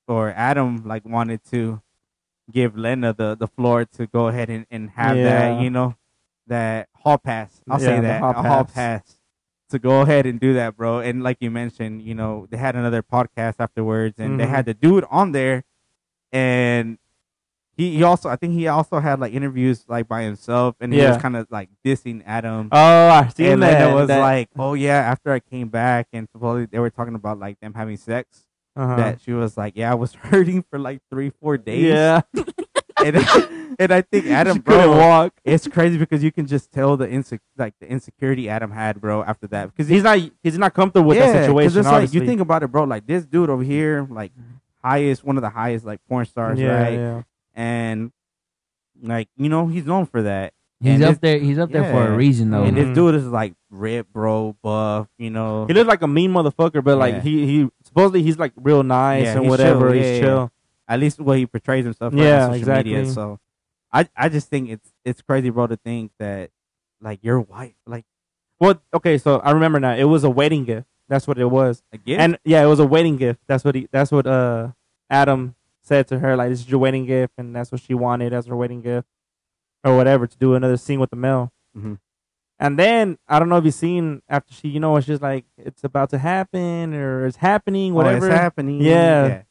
C: or Adam like wanted to give Lena the the floor to go ahead and and have
A: Yeah.
C: that, you know, that hall pass. I'll
A: Yeah,
C: say
A: the
C: that
A: hall
C: a hall
A: pass.
C: pass to go ahead and do that, bro. And like you mentioned, you know, they had another podcast afterwards, and they
A: Mhm.
C: had the dude on there, and. He, he also I think he also had like interviews like by himself and he was
A: Yeah.
C: kind of like dissing Adam
A: Oh, I seen
C: and
A: that.
C: then it was
A: that-
C: like, oh yeah. After I came back, and supposedly they were talking about like them having sex.
A: uh-huh.
C: That she was like, yeah, I was hurting for like three, four days.
A: yeah,
C: and, and I think Adam,
A: She couldn't
C: bro,
A: walk.
C: it's crazy because you can just tell the insec- like the insecurity Adam had, bro, after that because
A: He's not, he's not comfortable with
C: yeah,
A: that
C: 'cause
A: situation.
C: It's like
A: obviously.
C: you think about it, bro. Like this dude over here, like highest, one of the highest like porn stars,
A: yeah,
C: right?
A: yeah.
C: And like you know, he's known for that.
B: He's
C: And
B: up
C: it's-
B: there. He's up there for
C: yeah.
B: a reason, though.
C: And
A: Mhm.
C: this dude is like ripped, bro, buff, you know.
A: He looked like a mean motherfucker, but like
C: Yeah.
A: he, he supposedly he's like real nice
C: Yeah,
A: and
C: he's
A: whatever.
C: chill, yeah,
A: he's
C: yeah.
A: chill.
C: at least what he portrays himself right,
A: Yeah,
C: on social
A: exactly.
C: media. So I I just think it's it's crazy, bro, to think that like your wife, like
A: Well, okay, so I remember now. It was a wedding gift. That's what it was.
C: again, oh,
A: And yeah, it was a wedding gift. That's what he. That's what uh Adam said to her. Like this is your wedding gift, and that's what she wanted as her wedding gift, or whatever, to do another scene with the male.
C: Mhm.
A: And then I don't know if you've seen after she, you know, it's just like it's about to happen or it's happening,
C: whatever's
A: whatever.
C: happening,
A: Yeah.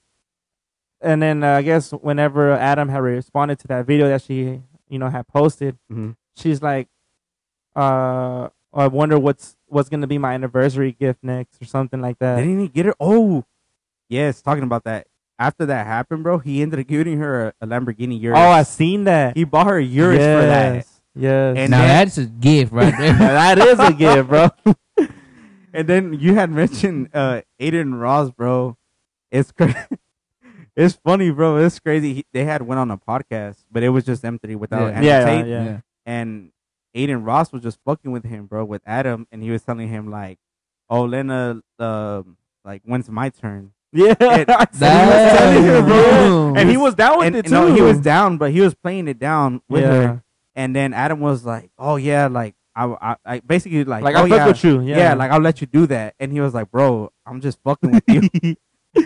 A: and then uh, I guess whenever Adam had responded to that video that she, you know, had posted,
C: Mhm.
A: she's like, uh, I wonder what's what's gonna be my anniversary gift next or something like that.
C: Didn't he get her? Oh, yes. Talking about that. After that happened, bro, he ended up giving her a, a Lamborghini Urus.
A: Oh, I seen that.
C: he bought her a Urus for that.
A: Yes, Yes.
C: And
B: now
C: then-
B: that's a gift right there.
A: that is a gift, bro.
C: And then you had mentioned uh Aiden Ross, bro. It's crazy. It's funny, bro. It's crazy. He, they had went on a podcast, but it was just them three without
B: Yeah.
C: Andrew
A: Yeah,
C: Tate.
A: yeah.
C: And Aiden Ross was just fucking with him, bro, with Adam, and he was telling him like, "Oh, Lena, um, like when's my turn?"
A: Yeah,
C: And
A: I see.
C: He was telling her, bro.
A: and he was down with
C: And,
A: it
C: and
A: too.
C: no, he was down, but he was playing it down with
A: yeah.
C: her. And then Adam was like, "Oh yeah, like I, I, I basically like,
A: like
C: oh,
A: I fuck
C: yeah,
A: with you. Yeah,
C: yeah. like I'll let you do that." And he was like, "Bro, I'm just fucking with you."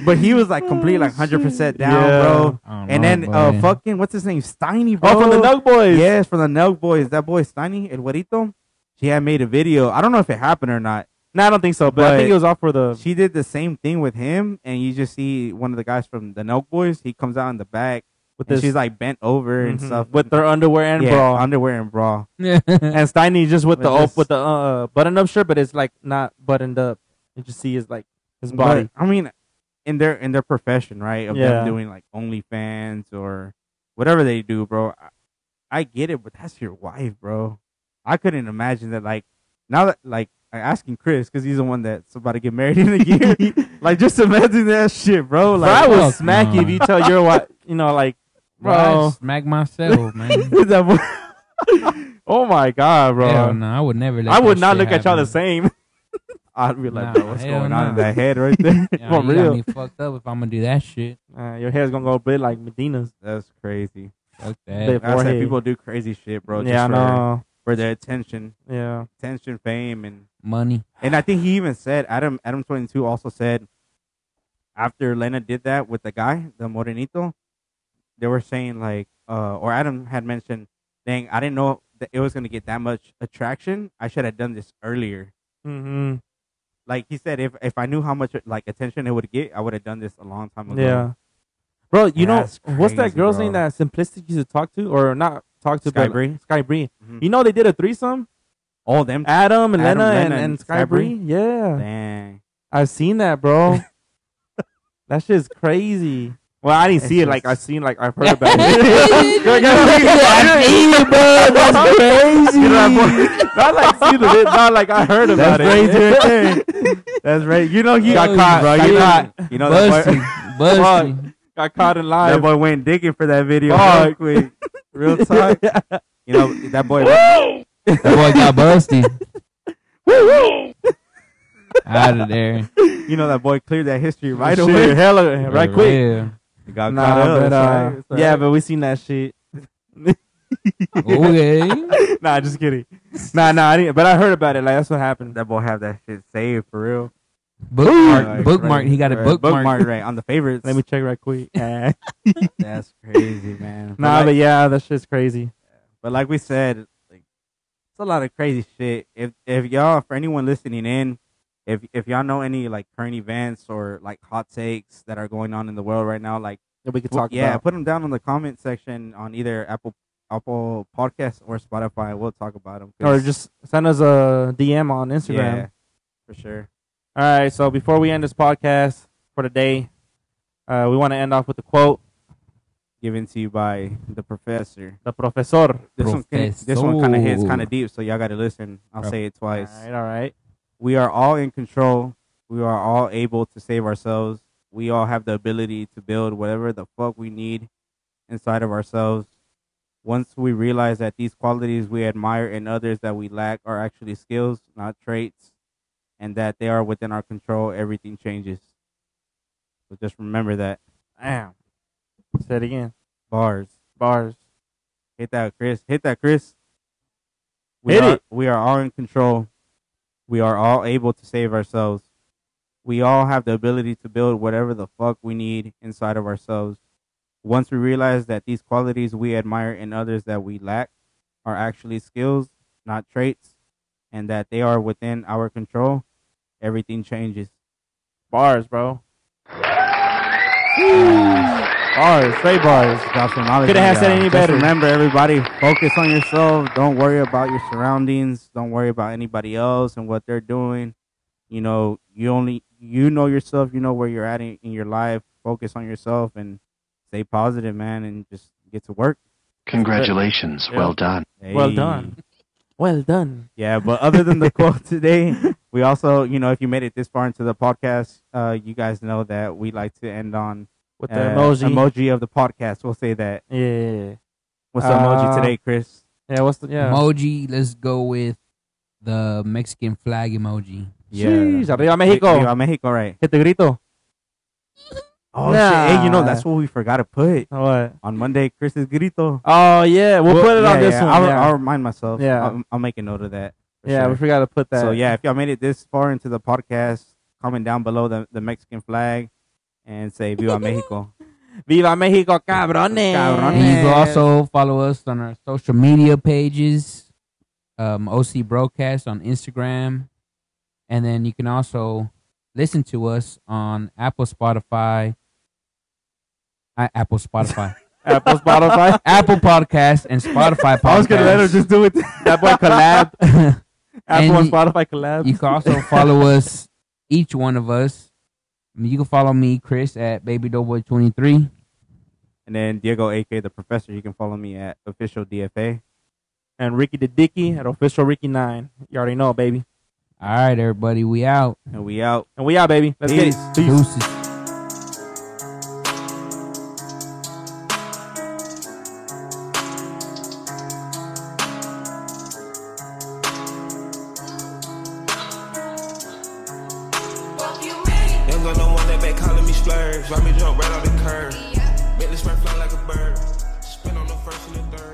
C: but he was like complete, like hundred percent down,
A: Yeah.
C: bro.
B: I don't
C: And
B: know,
C: then
B: boy.
C: uh, fucking what's his name, Steiny, bro.
A: oh, from the Nug Boys.
C: Yes, from the Nelk Boys. That boy Steiny, El Guerito, she had made a video. I don't know if it happened or not.
A: no, I don't think so, but, I
C: But-
A: think it was all for the.
C: She did the same thing with him, and you just see one of the guys from the Nelk Boys. He comes out in the back,
A: with
C: and
A: this,
C: she's like bent over and
A: Mhm.
C: stuff
A: with their underwear and
C: yeah,
A: bra,
C: underwear and bra.
B: yeah.
A: and Steiny just with
C: With
A: the op-
C: this-
A: with the uh, button up shirt, but it's like not buttoned up. You just see his like his body.
C: But, I mean, in their in their profession, right? Of
A: Yeah.
C: them doing like OnlyFans or whatever they do, bro. I, I get it, but that's your wife, bro. I couldn't imagine that. Like now that like I'm asking Chris because he's the one that's about to get married in a year. like just imagine that shit, bro.
A: Bro, I
C: Like
A: would
B: fuck
A: smack you if
B: no.
A: you tell your wife, you know, like,
B: Bro, I
A: oh, bro.
B: smack myself, man.
C: that boy-
A: Oh my god, bro.
B: Hell no, I would never. Let
A: I would
B: that
A: not
B: shit
A: look at y'all the
B: happen.
A: same.
C: I'd be like,
B: Nah,
C: bro, what's
B: hell
C: going on in
B: nah.
C: that head right there?
B: Yeah,
A: For
B: you got
A: real.
B: me fucked up if I'm gonna do that shit.
A: Uh, your hair's gonna go big like Medina's.
C: that's crazy.
B: Fuck
A: They-
B: that.
C: That's
A: Forehead.
C: like people do crazy shit, bro. Just
A: yeah, I
C: for,
A: know.
C: for their attention,
A: Yeah.
C: attention, fame, and
B: Money.
C: And I think he even said Adam Adam twenty two also said after Lena did that with the guy, the Morenito, they were saying like uh or Adam had mentioned, dang, I didn't know that it was gonna get that much attraction. I should have done this earlier.
A: Mm-hmm.
C: Like he said, if if I knew how much like attention it would get, I would have done this a long time ago.
A: Yeah. Bro, you
C: That's
A: know what's that
C: crazy,
A: girl's
C: bro.
A: name that Simplistic used to talk to or not talk to
C: Sky
A: but-
C: Bree?
A: Sky Bree.
C: Mhm.
A: You know they did a threesome?
C: All them
A: Adam and
C: Adam,
A: Lena,
C: Lena,
A: and, and,
C: and
A: Sky
C: Sky
A: Bree. Yeah.
C: dang.
A: I've seen that, bro. that shit's crazy. Well, I didn't
C: It's
A: see it like
C: just-
A: I've seen like I've heard about it. Like, I've seen it.
B: That's crazy.
A: You know, I've- not like see the vid- not like I heard about
C: That's crazy
A: it.
C: right there. That's right. You know he
B: Got caught,
C: bro.
A: got
C: you know-
A: caught.
C: You know that boy,
B: Busty. Busty.
A: Got caught in live.
C: that boy went digging for that video real
A: Fuck.
C: quick. Real talk. You know that boy.
B: That boy got busty. Out of there.
C: You know that boy cleared that history right
A: Shit,
C: away.
A: hella right quick.
B: Yeah.
C: He got
A: Nah,
C: caught up.
A: but,
C: It's
A: uh,
C: alright, it's alright.
A: yeah, but we seen that shit.
B: Okay.
A: nah, just kidding. Nah, nah, I didn't, but I heard about it. Like that's what happened.
C: that boy have that shit saved for real.
B: Bookmark.
C: Like,
B: Bookmark.
C: right-
B: He got it
C: right,
B: bookmarked.
C: right on the favorites.
A: Let me check right quick. Eh.
C: That's crazy, man. But
A: nah,
C: like,
A: but yeah, that shit's crazy.
C: but like we said, like it's a lot of crazy shit. If if y'all for anyone listening in, if if y'all know any like current events or like hot takes that are going on in the world right now, like.
A: That we could
C: Well,
A: talk
C: yeah,
A: about.
C: put them down in the comment section on either Apple Apple Podcast or Spotify. We'll talk about them.
A: Or just send us a DM on Instagram.
C: yeah, for sure.
A: All right, so before we end this podcast for today, uh, we want to end off with a quote,
C: Given to you by the professor.
A: the professor.
C: This one, kinda- this one kind of hits kind of deep, so y'all got to listen. I'll
B: Prof-
C: say it
A: All
C: twice.
A: right, all right.
C: We are all in control. We are all able to save ourselves. We all have the ability to build whatever the fuck we need inside of ourselves. Once we realize that these qualities we admire in others that we lack are actually skills, not traits, and that they are within our control, everything changes. So just remember that.
A: Damn. Say it again.
C: Bars.
A: Bars.
C: Hit that, Chris. Hit that, Chris. We
A: Hit
C: are,
A: it.
C: We are all in control. We are all able to save ourselves. We all have the ability to build whatever the fuck we need inside of ourselves. Once we realize that these qualities we admire in others that we lack are actually skills, not traits, and that they are within our control, everything changes.
A: Bars, bro. bars. Straight bars.
C: Drop some knowledge
A: Coulda
C: on
A: had said
C: y'all.
A: any
C: Just
A: better.
C: remember, everybody, focus on yourself. Don't worry about your surroundings. Don't worry about anybody else and what they're doing. You know, you only you know yourself. You know where you're at in, in your life. Focus on yourself and stay positive, man, and just get to work.
D: Congratulations.
A: Yeah.
D: Well done.
A: Well
C: Hey.
A: done. Well done.
C: Yeah, but other than the quote today, we also, you know, if you made it this far into the podcast, uh, you guys know that we like to end on
A: with the
C: uh,
A: emoji.
C: emoji of the podcast. We'll say that.
A: yeah, yeah, yeah.
C: What's the emoji
A: Uh,
C: today, Chris?
A: Yeah, What's the yeah?
B: Emoji. Let's go with the Mexican flag emoji.
A: Jeez, arriba Mexico.
C: Arriba Mexico, right?
A: Hit the grito.
C: Oh shit! Hey, you know
A: Nah.
C: that's what we forgot to put
A: What?
C: on Monday. Chris's grito.
A: Oh yeah, we'll, put it on
C: yeah,
A: this
C: yeah,
A: one.
C: I'll,
A: yeah,
C: I'll remind myself.
A: Yeah.
C: I'll, I'll make a note of that. for
A: Yeah,
C: sure.
A: we forgot to put that.
C: So yeah, if y'all made it this far into the podcast, comment down below the, the Mexican flag and say Viva Mexico.
A: Viva Mexico, cabrones.
C: Cabrones.
B: And you can
C: Yeah.
B: also follow us on our social media pages, um, OC Broadcast on Instagram. And then you can also listen to us on Apple, Spotify, I, Apple, Spotify,
A: Apple, Spotify.
B: Apple Podcast, and Spotify Podcast.
C: I was gonna let her just do it.
A: that boy collab. Apple
B: And
A: and
B: you-
A: Spotify collab.
B: you can also follow us, each one of us. I mean, You can follow me, Chris, at Baby Doughboy 23.
C: and then Diego, aka the Professor, you can follow me at official DFA.
A: and Ricky the Dicky at official Ricky Nine. You already know, baby.
B: All right, everybody, we out.
C: And we out.
A: And we out, baby. Let's get it.
C: Peace.
A: Peace.
B: Deuces.
D: Young gon' no one that back calling me splurge. Let me jump right out the curb. Make this man fly like a bird. Spin on the first and the third.